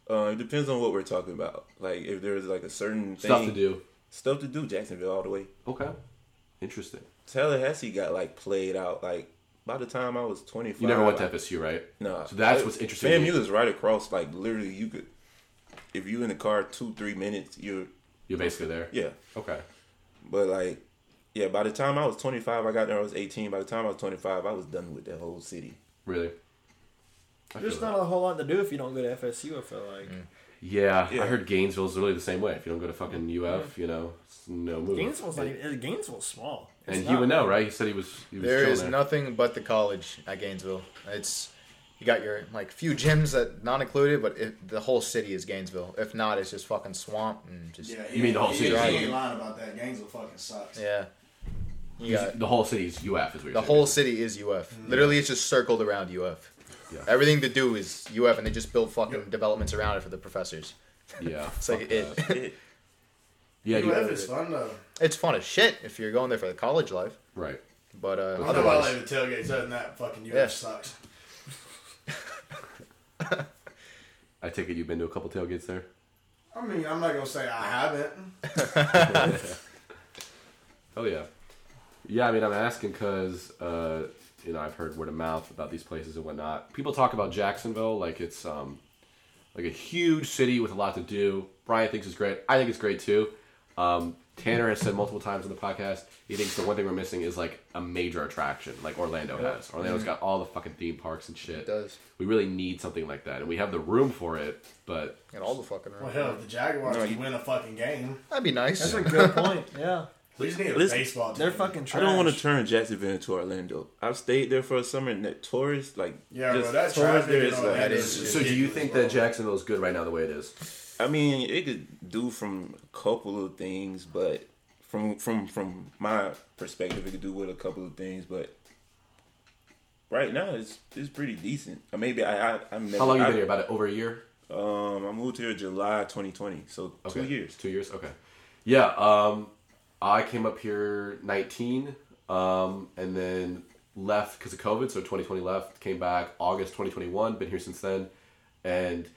Speaker 4: Uh, it depends on what we're talking about. Like if there's like a certain thing,
Speaker 1: Stuff to do.
Speaker 4: stuff to do. Jacksonville all the way.
Speaker 1: Okay, interesting.
Speaker 4: Tallahassee got like played out. Like by the time I was twenty five,
Speaker 1: You never went to FSU, right?
Speaker 4: No,
Speaker 1: So that's
Speaker 4: I-
Speaker 1: what's interesting. to me.
Speaker 4: FAMU is right across. Like literally, you could if you in the car two three minutes, you're
Speaker 1: You're basically there.
Speaker 4: yeah.
Speaker 1: Okay.
Speaker 4: But like yeah, by the time I was twenty five, I got there. I was eighteen. By the time I was twenty five, I was done with that whole city.
Speaker 1: Really. I
Speaker 5: There's
Speaker 1: feel that.
Speaker 5: not a whole lot to do if you don't go to FSU. I feel like
Speaker 1: Mm. yeah,
Speaker 4: Yeah.
Speaker 1: I heard Gainesville's really the same way. If you don't go to fucking UF, you know, it's no move.
Speaker 5: Gainesville's not even, Gainesville's small. It's
Speaker 1: and
Speaker 5: not
Speaker 1: he would know,
Speaker 5: big.
Speaker 1: right? He said he was. He was
Speaker 3: There
Speaker 1: chilling
Speaker 3: is
Speaker 1: there.
Speaker 3: nothing but the college at Gainesville. It's You got your like few gyms that not included, but it, the whole city is Gainesville. If not, it's just fucking swamp and just yeah.
Speaker 6: Yeah,
Speaker 1: You mean the whole
Speaker 6: he,
Speaker 1: city.
Speaker 6: He ain't lying about that. Gainesville fucking sucks.
Speaker 3: You got
Speaker 1: The whole city's UF is what you're
Speaker 3: the
Speaker 1: saying.
Speaker 3: whole city is UF. Literally, it's just circled around UF.
Speaker 1: Yeah.
Speaker 3: Everything to do is UF, and they just build fucking developments around it for the professors.
Speaker 1: Yeah.
Speaker 3: It's like
Speaker 1: fuck
Speaker 3: it.
Speaker 1: that.
Speaker 3: <laughs>
Speaker 1: Yeah,
Speaker 6: You
Speaker 1: you
Speaker 6: know, if it's fun though.
Speaker 3: It's fun as shit if you're going there for the college life,
Speaker 1: right.
Speaker 3: but uh,
Speaker 6: I know I
Speaker 3: otherwise,
Speaker 6: like the tailgates. Other than that, fucking UF
Speaker 3: Yeah.
Speaker 6: sucks.
Speaker 1: I take it you've been to a couple tailgates there.
Speaker 6: I mean, I'm not gonna say I haven't.
Speaker 1: <laughs> Oh yeah, yeah. I mean, I'm asking because uh, you know I've heard word of mouth about these places and whatnot. People talk about Jacksonville like it's um, like a huge city with a lot to do. Brian thinks it's great. I think it's great too. Um, Tanner has said multiple times on the podcast he thinks the one thing we're missing is like a major attraction like Orlando has. Orlando's got all the fucking theme parks and shit.
Speaker 3: Mm-hmm. it does.
Speaker 1: We really need something like that, and we have the room for it. But
Speaker 3: And all the fucking
Speaker 6: Well, hell, if the Jaguars
Speaker 4: No,
Speaker 6: can
Speaker 4: you-
Speaker 6: win a fucking game,
Speaker 3: That'd be nice.
Speaker 5: That's a
Speaker 3: <laughs>
Speaker 5: good point. Yeah,
Speaker 6: we just need a
Speaker 4: Listen,
Speaker 6: baseball team.
Speaker 5: they're fucking.
Speaker 4: I
Speaker 5: Trash.
Speaker 4: don't want to turn Jacksonville into Orlando. I've stayed there for a summer, and that tourist, like,
Speaker 6: Yeah,
Speaker 4: just
Speaker 6: bro, that
Speaker 4: tourist
Speaker 6: traffic
Speaker 4: there
Speaker 6: in
Speaker 4: is
Speaker 6: Orlando
Speaker 4: like,
Speaker 3: That is-
Speaker 1: so, do you think that Jacksonville is good right now the way it is?
Speaker 4: I mean, it could do from a couple of things, but from from from my perspective, it could do with a couple of things, but right now it's it's pretty decent. Or maybe I, I I'm never,
Speaker 1: How long you
Speaker 4: I,
Speaker 1: been here? About over a year.
Speaker 4: Um, I moved here July 2020, so
Speaker 1: Okay.
Speaker 4: two years.
Speaker 1: Two years. Okay. Yeah. Um, I came up here 19, um, and then left because of COVID. So 2020 left. Came back August 2021. Been here since then, and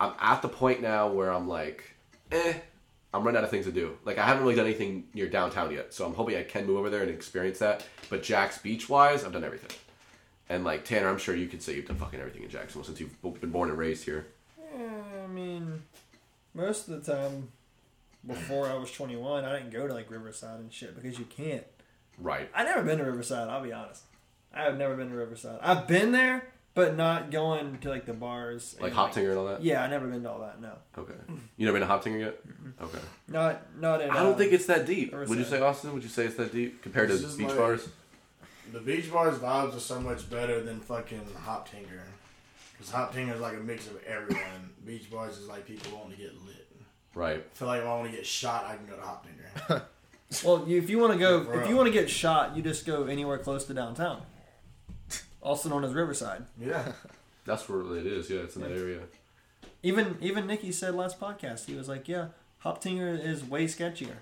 Speaker 1: I'm at the point now where I'm like, eh, I'm running out of things to do. Like I haven't really done anything near downtown yet. So I'm hoping I can move over there and experience that. But Jack's Beach wise, I've done everything. And like Tanner, I'm sure you could say you've done fucking everything in Jacksonville since you've been born and raised here.
Speaker 5: Yeah, I mean, most of the time before I was 21, I didn't go to like Riverside and shit because you can't.
Speaker 1: Right.
Speaker 5: I never been to Riverside. I'll be honest. I have never been to Riverside. I've been there, but not going to like the bars. and,
Speaker 1: Like Hoptinger and all that.
Speaker 5: Yeah, I never been to all that. No,
Speaker 1: Okay. You never been to Hoptinger yet? Okay.
Speaker 5: not not in.
Speaker 1: I don't
Speaker 5: uh,
Speaker 1: think it's that deep.
Speaker 5: Or is
Speaker 1: Would you
Speaker 5: that-
Speaker 1: say Austin? Would you say it's that deep compared to
Speaker 6: This is
Speaker 1: beach
Speaker 6: my-
Speaker 1: bars?
Speaker 6: The beach bars vibes are so much better than fucking Hop Tinger. Because Hop Tinger is like a mix of everyone. beach bars is like people wanting to get lit.
Speaker 1: Right.
Speaker 6: I feel like if I want to get shot, I can go to Hop Tinger.
Speaker 5: <laughs> Well, you, if you want to go,
Speaker 6: Bro.
Speaker 5: if you want to get shot, you just go anywhere close to downtown, <laughs> also known as Riverside.
Speaker 6: yeah.
Speaker 1: That's where it is. Yeah, it's in that area.
Speaker 5: Even even Nikki said last podcast, he was like, "Yeah, Hoptinger is way sketchier."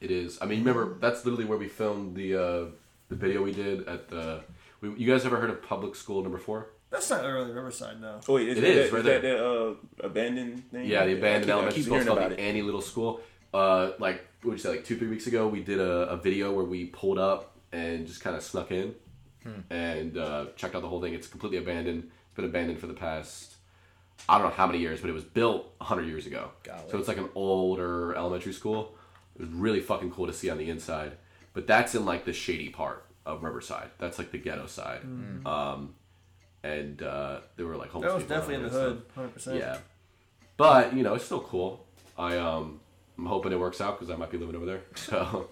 Speaker 1: It is. I mean, remember that's literally where we filmed the uh, the video we did at the. We, you guys ever heard of Public School Number Four?
Speaker 5: That's not really Riverside, though.
Speaker 4: Oh, wait, is
Speaker 1: It
Speaker 4: that,
Speaker 1: is, right
Speaker 4: that that uh, abandoned thing?
Speaker 1: Yeah, the abandoned
Speaker 4: I keep- I
Speaker 1: elementary
Speaker 4: keep
Speaker 1: school
Speaker 4: hearing
Speaker 1: called
Speaker 4: about
Speaker 1: the
Speaker 4: it.
Speaker 1: Annie Little School. Uh, like what would you say? Like two, three weeks ago, we did a, a video where we pulled up and just kind of snuck in
Speaker 4: Hmm.
Speaker 1: and uh, checked out the whole thing. It's completely abandoned. It's been abandoned for the past I don't know how many years, but it was built 100 years ago.
Speaker 3: Golly.
Speaker 1: So it's like an older elementary school. It was really fucking cool to see on the inside. But that's in like the shady part of Riverside. That's like the ghetto side.
Speaker 4: Hmm.
Speaker 1: Um, and uh, there were like homeless
Speaker 5: That was
Speaker 1: people around
Speaker 5: definitely in
Speaker 1: and
Speaker 5: the
Speaker 1: stuff.
Speaker 5: hood, hundred percent.
Speaker 1: Yeah, but you know, it's still cool. I um, I'm hoping it works out because I might be living over there. So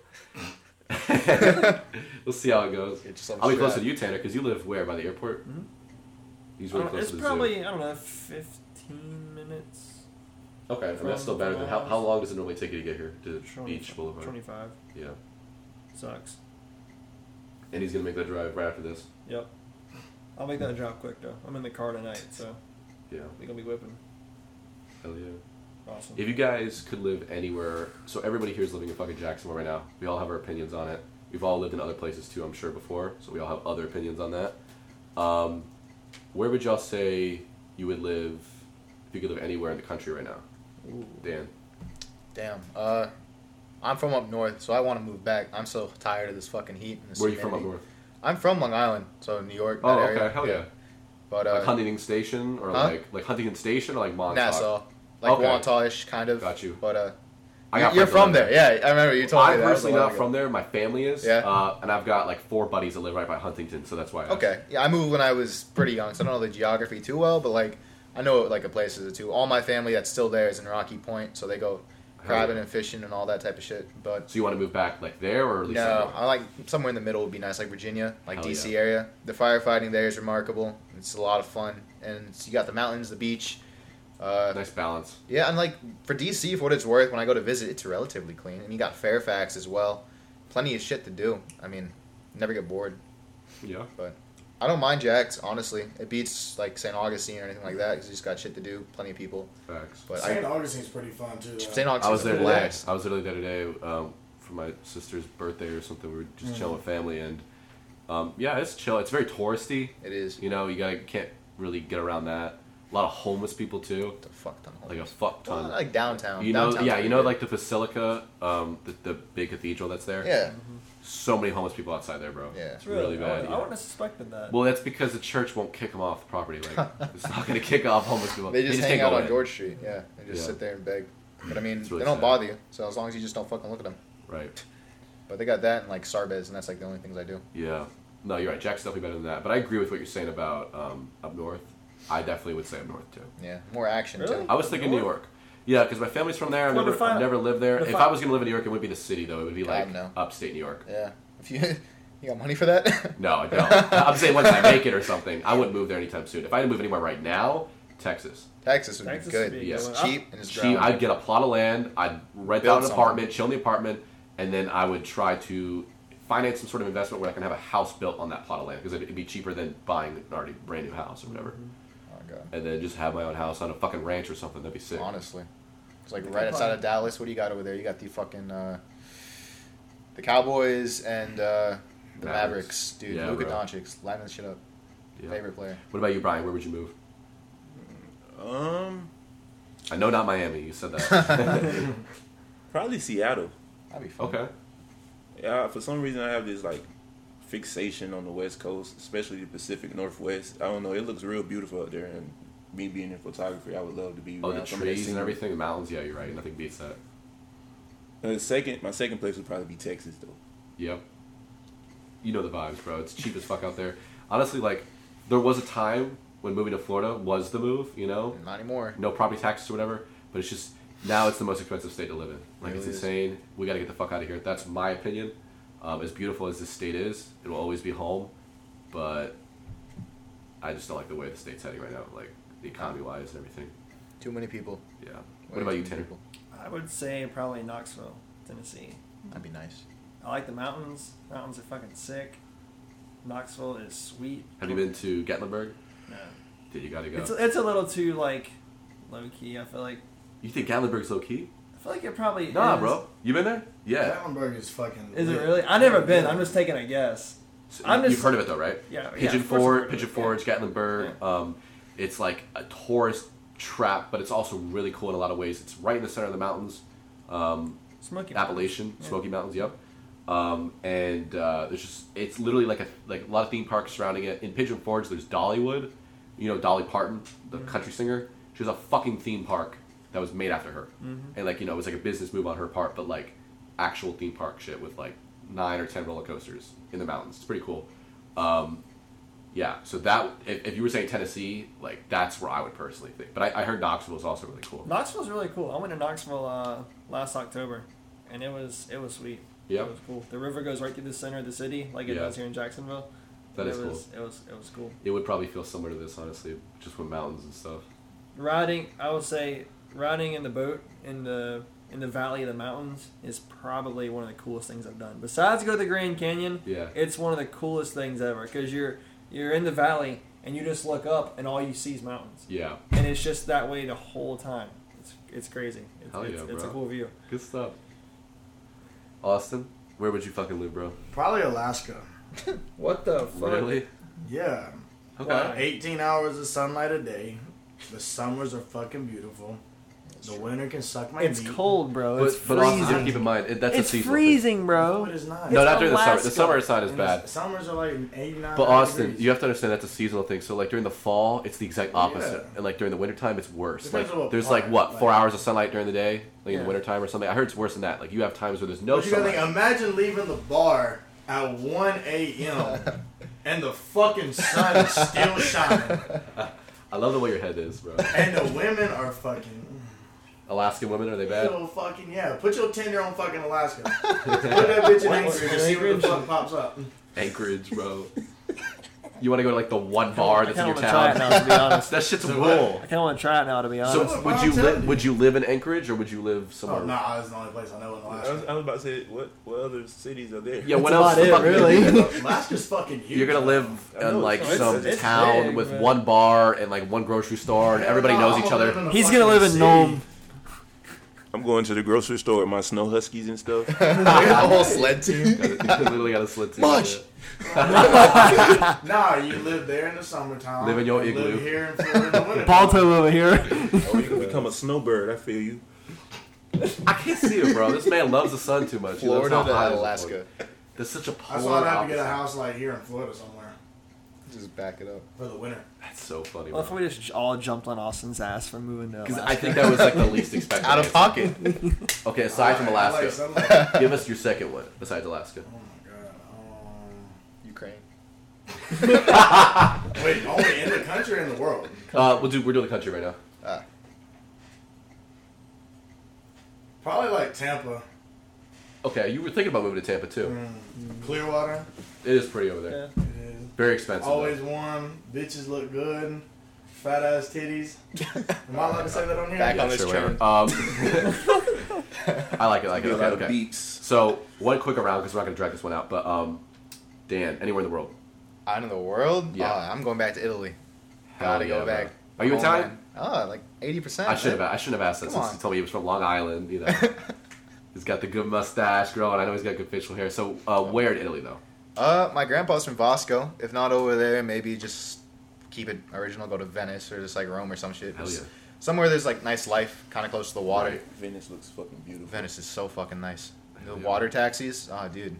Speaker 1: <laughs> we'll see how it goes.
Speaker 3: Yeah, just let me
Speaker 1: I'll be
Speaker 3: see
Speaker 1: closer
Speaker 3: that.
Speaker 1: to you, Tanner, because you live where by the airport. He's
Speaker 5: I
Speaker 1: really
Speaker 5: don't-
Speaker 1: close
Speaker 5: Mm-hmm. Uh, It's
Speaker 1: to the
Speaker 5: probably
Speaker 1: zoo.
Speaker 5: I don't know, fifteen minutes
Speaker 1: Okay, and that's still
Speaker 5: from
Speaker 1: better than how,
Speaker 5: my
Speaker 1: how
Speaker 5: house.
Speaker 1: long does it normally take you to get here to
Speaker 5: Twenty-
Speaker 1: Beach Boulevard?
Speaker 5: Twenty-five
Speaker 1: Yeah,
Speaker 5: sucks.
Speaker 1: and he's gonna make that drive right after this.
Speaker 5: Yep. I'll make that drop quick though. I'm in the car tonight, so
Speaker 1: Yeah,
Speaker 5: we gonna be whipping.
Speaker 1: hell yeah.
Speaker 5: Awesome.
Speaker 1: If you guys could live anywhere, so everybody here is living in fucking Jacksonville right now. We all have our opinions on it. We've all lived in other places too, I'm sure, before, so we all have other opinions on that. Um, where would y'all say you would live if you could live anywhere in the country right now? Dan.
Speaker 3: Damn. Uh, I'm from up north, so I want to move back. I'm so tired of this fucking heat. And this
Speaker 1: Where are you from up
Speaker 3: humidity.
Speaker 1: north?
Speaker 3: I'm from Long Island, so New York.
Speaker 1: Oh,
Speaker 3: that
Speaker 1: okay.
Speaker 3: Area.
Speaker 1: Hell yeah.
Speaker 3: But
Speaker 1: Like
Speaker 3: uh,
Speaker 1: Huntington Station or
Speaker 3: Huh?
Speaker 1: like like Huntington Station or like Montauk?
Speaker 3: Nassau, like
Speaker 1: Okay.
Speaker 3: Wantagh-ish, kind of.
Speaker 1: Got you.
Speaker 3: But uh,
Speaker 1: I got
Speaker 3: you're
Speaker 1: friends that
Speaker 3: from
Speaker 1: live
Speaker 3: there. Yeah, I remember you told me
Speaker 1: I'm
Speaker 3: that. That was a
Speaker 1: personally
Speaker 3: while
Speaker 1: not
Speaker 3: ago.
Speaker 1: from there. My family is.
Speaker 3: Yeah.
Speaker 1: Uh, and I've got like four buddies that live right by Huntington, so that's why. I asked.
Speaker 3: Okay. Yeah, I moved when I was pretty young, so I don't know the geography too well, but like I know like a place is a two. All my family that's still there is in Rocky Point, so they go crabbing and fishing and all that type of shit. But
Speaker 1: So you want to move back like there, or at least
Speaker 3: no,
Speaker 1: somewhere?
Speaker 3: I like somewhere in the middle would be nice, like Virginia, like
Speaker 1: Hell
Speaker 3: DC
Speaker 1: yeah.
Speaker 3: area. The firefighting there is remarkable. It's a lot of fun, and it's, you got the mountains, the beach. Uh,
Speaker 1: nice balance.
Speaker 3: Yeah, and like for DC, for what it's worth, when I go to visit, it's relatively clean, and you got Fairfax as well. Plenty of shit to do. I mean, never get bored.
Speaker 1: Yeah.
Speaker 3: I don't mind Jax, honestly. It beats like St. Augustine or anything like that because you just got shit to do, plenty of people.
Speaker 1: Facts.
Speaker 3: But
Speaker 6: St.
Speaker 3: I,
Speaker 6: Augustine's pretty fun too. though.
Speaker 3: St. Augustine's
Speaker 1: I was there
Speaker 3: a
Speaker 1: today.
Speaker 3: blast.
Speaker 1: I was literally there today um, for my sister's birthday or something. We were just chilling with family, and um, yeah, it's chill. It's very touristy.
Speaker 3: It is.
Speaker 1: You know, you gotta can't really get around that. A lot of homeless people too,
Speaker 3: It's a fuck ton of
Speaker 1: like a
Speaker 3: homeless.
Speaker 1: fuck
Speaker 3: Well,
Speaker 1: ton.
Speaker 3: like downtown.
Speaker 1: you know,
Speaker 3: Downtown's
Speaker 1: yeah,
Speaker 3: pretty
Speaker 1: you know,
Speaker 3: good.
Speaker 1: like the Basilica, um, the, the big cathedral that's there.
Speaker 3: yeah,
Speaker 1: So many homeless people outside there, bro.
Speaker 3: Yeah.
Speaker 1: It's really, bad.
Speaker 5: I wouldn't- I,
Speaker 1: yeah.
Speaker 5: wouldn't have suspected that.
Speaker 1: Well, that's because the church won't kick them off the property. Like,
Speaker 3: <laughs>
Speaker 1: it's not gonna kick off homeless people.
Speaker 3: they just, hang
Speaker 1: can't
Speaker 3: out
Speaker 1: go
Speaker 3: on
Speaker 1: in.
Speaker 3: George Street. Yeah, and just
Speaker 1: Yeah.
Speaker 3: sit there and beg. But I mean,
Speaker 1: It's really
Speaker 3: they don't
Speaker 1: sad.
Speaker 3: bother you. So as long as you just don't fucking look at them.
Speaker 1: Right.
Speaker 3: But they got that and like Sarbes, and that's like the only things I do.
Speaker 1: Yeah. No, you're right. Jack's definitely better than that. But I agree with what you're saying about um, up north. I definitely would say up north too.
Speaker 3: Yeah, more action
Speaker 5: Really?
Speaker 3: too.
Speaker 1: I was thinking New
Speaker 5: North?
Speaker 1: York. Yeah, because my family's from there. I've
Speaker 5: Well,
Speaker 1: never,
Speaker 5: define-
Speaker 1: I've never lived there. If
Speaker 5: define-
Speaker 1: I was going to live in New York, it would be the city, though. It would be
Speaker 3: God,
Speaker 1: like
Speaker 3: no.
Speaker 1: upstate New
Speaker 3: <laughs>
Speaker 1: York.
Speaker 3: Yeah. If you you got money for that? <laughs>
Speaker 1: No, I don't. I'm saying once I make it or something, I wouldn't move there anytime soon. If I had to move anywhere right now, Texas.
Speaker 3: Texas would
Speaker 5: Texas
Speaker 3: be good.
Speaker 5: would be
Speaker 1: yeah.
Speaker 5: a good
Speaker 3: It's
Speaker 5: one.
Speaker 3: cheap and it's
Speaker 1: She,
Speaker 3: cheap.
Speaker 1: I'd get a plot of land. I'd rent
Speaker 3: Build
Speaker 1: out an
Speaker 3: something.
Speaker 1: apartment, chill in the apartment, and then I would try to finance some sort of investment where I can have a house built on that plot of land because it'd, it'd be cheaper than buying an already brand new house or whatever.
Speaker 3: oh god.
Speaker 1: And then just have my own house on a fucking ranch or something. That'd be sick.
Speaker 3: Honestly, it's like right outside of Dallas. What do you got over there? You got the fucking uh, the Cowboys and uh,
Speaker 1: Mavericks.
Speaker 3: the Mavericks, dude.
Speaker 1: Yeah,
Speaker 3: Luka
Speaker 1: bro.
Speaker 3: Doncic, lining this shit up.
Speaker 1: Yeah.
Speaker 3: Favorite player.
Speaker 1: What about you, Brian? Where would you move?
Speaker 4: Um,
Speaker 1: I know not Miami. You said that.
Speaker 4: probably Seattle.
Speaker 3: That'd be fun.
Speaker 1: okay.
Speaker 4: Yeah, for some reason I have this like fixation on the West Coast, especially the Pacific Northwest. I don't know. It looks real beautiful out there, and me being in photography, I would love to be.
Speaker 1: Oh, the
Speaker 4: around some of that
Speaker 1: trees and
Speaker 4: scenery.
Speaker 1: everything, the mountains. Yeah, you're right. Nothing beats that.
Speaker 4: Uh, second, my second place would probably be Texas, though.
Speaker 1: Yep. You know the vibes, bro. It's cheap as fuck out there. Honestly, like, there was a time when moving to Florida was the move. You know,
Speaker 3: Not anymore.
Speaker 1: no property taxes or whatever. But it's just now it's the most expensive state to live in. Like it's
Speaker 3: Really is.
Speaker 1: insane. We got to get the fuck out of here. That's my opinion. Um, as beautiful as this state is, it will always be home. But I just don't like the way the state's heading right now, like the economy wise and everything.
Speaker 3: Too many people.
Speaker 1: Yeah.
Speaker 3: Way
Speaker 1: What about
Speaker 3: too
Speaker 1: you,
Speaker 3: many
Speaker 1: Tanner?
Speaker 3: people.
Speaker 5: I would say probably Knoxville, Tennessee.
Speaker 3: That'd be
Speaker 1: <laughs>
Speaker 3: nice.
Speaker 5: I like the mountains. Mountains are fucking sick. Knoxville is sweet.
Speaker 1: Have you been to Gatlinburg?
Speaker 5: No.
Speaker 1: Dude, you gotta go.
Speaker 5: It's, it's a little too like low key. I feel like
Speaker 1: you think Gatlinburg's low key?
Speaker 5: I feel like it probably
Speaker 1: Nah,
Speaker 5: is.
Speaker 1: bro. You been there? Yeah.
Speaker 6: Gatlinburg is fucking.
Speaker 5: Is it
Speaker 6: lit.
Speaker 5: really? I never been. I'm just taking a guess.
Speaker 1: So
Speaker 5: I'm
Speaker 1: you-
Speaker 5: just-
Speaker 1: You've heard of it though, right?
Speaker 5: Yeah, yeah,
Speaker 1: Pigeon
Speaker 5: of course I've heard
Speaker 1: Forge,
Speaker 5: of
Speaker 1: Pigeon
Speaker 5: it,
Speaker 1: Forge, Gatlinburg.
Speaker 5: Yeah.
Speaker 1: Um, it's like a tourist trap, but it's also really cool in a lot of ways. It's right in the center of the mountains, um,
Speaker 5: Smoky.
Speaker 1: Appalachian,
Speaker 5: Yeah.
Speaker 1: Smoky Mountains. Yep. Um, and uh, there's just it's literally like a like a lot of theme parks surrounding it. In Pigeon Forge, there's Dollywood. You know Dolly Parton, the country singer. She has a fucking theme park that was made after her, and like you know it was like a business move on her part, but like actual theme park shit with like nine or ten roller coasters in the mountains. It's pretty cool. Um, yeah, so that if, if you were saying Tennessee, like that's where I would personally think. But I, I heard Knoxville is also really cool.
Speaker 5: Knoxville's really cool. I went to Knoxville uh, last October, and it was it was sweet.
Speaker 1: Yep.
Speaker 5: It was cool. The river goes right through the center of the city, like it
Speaker 1: Yeah.
Speaker 5: does here in Jacksonville.
Speaker 1: That
Speaker 5: it
Speaker 1: is
Speaker 5: was, It was it was cool.
Speaker 1: It would probably feel similar to this, honestly, just with mountains and stuff.
Speaker 5: Riding, I would say, riding in the boat in the in the valley of the mountains is probably one of the coolest things I've done. Besides go to the Grand Canyon,
Speaker 1: Yeah.
Speaker 5: it's one of the coolest things ever because you're you're in the valley and you just look up and all you see is mountains,
Speaker 1: Yeah,
Speaker 5: and it's just that way the whole time. It's it's crazy. It's,
Speaker 1: Hell
Speaker 5: it's,
Speaker 1: yeah,
Speaker 5: it's a
Speaker 1: bro.
Speaker 5: cool view.
Speaker 1: good stuff. Austin, where would you fucking live, bro?
Speaker 6: Probably Alaska.
Speaker 5: What the fuck?
Speaker 1: Really?
Speaker 6: Yeah.
Speaker 1: Okay.
Speaker 5: Wow.
Speaker 6: 18 hours of sunlight a day. The summers are fucking beautiful. The winter can suck my
Speaker 5: It's
Speaker 6: meat.
Speaker 5: cold, bro.
Speaker 1: But,
Speaker 5: it's
Speaker 1: but
Speaker 5: freezing.
Speaker 1: also you have to keep in mind it, that's a
Speaker 5: it's
Speaker 1: seasonal thing.
Speaker 5: freezing,
Speaker 6: No,
Speaker 5: bro.
Speaker 6: it is not.
Speaker 1: No,
Speaker 5: It's
Speaker 1: not during the summer. The
Speaker 5: Alaska.
Speaker 1: summer side is
Speaker 6: And
Speaker 1: bad.
Speaker 6: the Summers are like 89.
Speaker 1: But Austin,
Speaker 6: degrees.
Speaker 1: you have to understand that's a seasonal thing. So like during the fall, it's the exact opposite,
Speaker 6: Yeah.
Speaker 1: and like during the wintertime, it's worse.
Speaker 6: Depends
Speaker 1: Like
Speaker 6: on what
Speaker 1: there's
Speaker 6: part,
Speaker 1: like what four
Speaker 6: like-
Speaker 1: hours of sunlight during the day, like in
Speaker 5: Yeah.
Speaker 1: the wintertime or something. I heard it's worse than that. Like you have times where there's no
Speaker 6: But you gotta
Speaker 1: sunlight.
Speaker 6: think, imagine leaving the bar at 1
Speaker 1: <laughs>
Speaker 6: a.m. and the fucking sun is still shining.
Speaker 1: I love the way your head is, bro.
Speaker 6: And the women are fucking.
Speaker 1: Alaskan women are they bad?
Speaker 6: Yo, fucking yeah. Put your Tinder on fucking
Speaker 1: <laughs>
Speaker 6: Alaska. Put that bitch in
Speaker 5: What?
Speaker 6: Anchorage and see what the fuck pops up.
Speaker 1: Anchorage, bro. You want to go to like the one
Speaker 5: I
Speaker 1: bar that's in
Speaker 5: kind
Speaker 1: your
Speaker 5: of want to try
Speaker 1: town?
Speaker 5: it now, to be
Speaker 1: <laughs>
Speaker 5: honest.
Speaker 1: That shit's a
Speaker 6: what?
Speaker 1: rule.
Speaker 5: I kind of want to try it now, to be honest.
Speaker 1: So
Speaker 6: what
Speaker 1: would
Speaker 6: I'm
Speaker 1: you
Speaker 6: telling
Speaker 1: li-
Speaker 6: you.
Speaker 1: would you live in Anchorage or would you live somewhere?
Speaker 6: Oh, nah, that's the only place I know in
Speaker 4: I was,
Speaker 6: Alaska.
Speaker 4: I was about to say, what what other cities are there?
Speaker 1: Yeah, what
Speaker 5: That's
Speaker 1: else?
Speaker 5: about
Speaker 1: the
Speaker 5: it,
Speaker 1: fuck- <laughs>
Speaker 5: really.
Speaker 6: Alaska's fucking huge.
Speaker 1: You're gonna live
Speaker 4: I know,
Speaker 1: in like
Speaker 4: it's-
Speaker 1: some
Speaker 5: it's
Speaker 1: town
Speaker 5: big,
Speaker 1: with
Speaker 5: man.
Speaker 1: one bar and like one grocery store, and everybody
Speaker 6: Nah,
Speaker 1: knows
Speaker 6: I'm
Speaker 1: each
Speaker 6: gonna
Speaker 1: other.
Speaker 6: <laughs>
Speaker 1: <laughs>
Speaker 6: live in a
Speaker 5: He's gonna
Speaker 6: fucking
Speaker 5: live in
Speaker 6: city.
Speaker 5: Nome.
Speaker 4: I'm going to the grocery store with my snow huskies and <laughs> stuff. Oh,
Speaker 3: the whole sled <laughs> team.
Speaker 1: literally got a slit. to
Speaker 3: Mush.
Speaker 1: it.
Speaker 6: Nah, you live there in the summertime.
Speaker 1: Live in your
Speaker 6: and
Speaker 1: igloo.
Speaker 6: Live here in Florida in the
Speaker 5: <laughs>
Speaker 6: winter.
Speaker 5: Balto over here.
Speaker 1: <laughs>
Speaker 4: Or you can become a snowbird. I feel you.
Speaker 1: I can't see it, bro. This man loves the sun too much. He loves
Speaker 3: Florida
Speaker 1: how hot it
Speaker 3: to
Speaker 1: is.
Speaker 3: Alaska.
Speaker 1: There's such a
Speaker 6: That's
Speaker 1: polar
Speaker 6: why I'd have to get a
Speaker 1: opposite.
Speaker 6: house like here in Florida somewhere
Speaker 3: Just back it up.
Speaker 6: for the winter.
Speaker 1: That's so funny.
Speaker 5: Well, if
Speaker 1: bro.
Speaker 5: we just all jumped on Austin's ass for moving to
Speaker 1: 'Cause
Speaker 5: Alaska.
Speaker 1: I think that was like the least expected.
Speaker 3: Out of
Speaker 1: answer.
Speaker 3: pocket. <laughs>
Speaker 1: Okay, aside from
Speaker 6: Alright, I like
Speaker 1: Alaska,
Speaker 6: sunlight. oh
Speaker 1: give us your second one besides
Speaker 3: <laughs>
Speaker 1: Alaska.
Speaker 6: my god.
Speaker 3: Ukraine.
Speaker 6: Um, wait, only in the country or in the world?
Speaker 1: Uh, we'll do. We're doing the country right now.
Speaker 3: Ah, <laughs>
Speaker 6: Probably like Tampa, Mm,
Speaker 1: Okay, you were thinking about moving to Tampa too.
Speaker 6: Clearwater.
Speaker 1: It is pretty over there.
Speaker 5: Yeah.
Speaker 6: It is
Speaker 1: Very expensive. though.
Speaker 6: Always warm. Bitches look good. Fat ass titties. Am I allowed to say that on here?
Speaker 3: Back on this
Speaker 1: Sure,
Speaker 3: train.
Speaker 1: whatever. Um,
Speaker 3: <laughs>
Speaker 1: I like it. I like it.
Speaker 4: Be a
Speaker 1: Okay,
Speaker 4: lot of
Speaker 1: okay.
Speaker 4: beeps.
Speaker 1: So one quick around because we're not gonna drag this one out. But um, Dan, anywhere in the world,
Speaker 3: Out of the world?
Speaker 1: Yeah.
Speaker 3: Ah, I'm going back to Italy.
Speaker 1: Hell
Speaker 3: Gotta
Speaker 1: yeah,
Speaker 3: go back.
Speaker 1: bro. Are you
Speaker 3: Come on,
Speaker 1: Italian?
Speaker 3: man. Ah, like 80%.
Speaker 1: I should have.
Speaker 3: man.
Speaker 1: I shouldn't have asked that
Speaker 3: Come
Speaker 1: since
Speaker 3: on.
Speaker 1: he told me he was from Long Island. You know,
Speaker 3: <laughs>
Speaker 1: he's got the good mustache growing. I know he's got good facial hair. So uh, where in Italy though?
Speaker 3: Uh, my grandpa's from Vasco. If not over there, maybe just keep it original. Go to Venice or just like Rome or some shit.
Speaker 1: Hell
Speaker 3: Just
Speaker 1: yeah.
Speaker 3: Somewhere there's like nice life, kind of close to the water.
Speaker 1: Right.
Speaker 4: Venice looks fucking beautiful.
Speaker 3: Venice is so fucking nice. The
Speaker 1: Yeah.
Speaker 3: water taxis, ah, dude.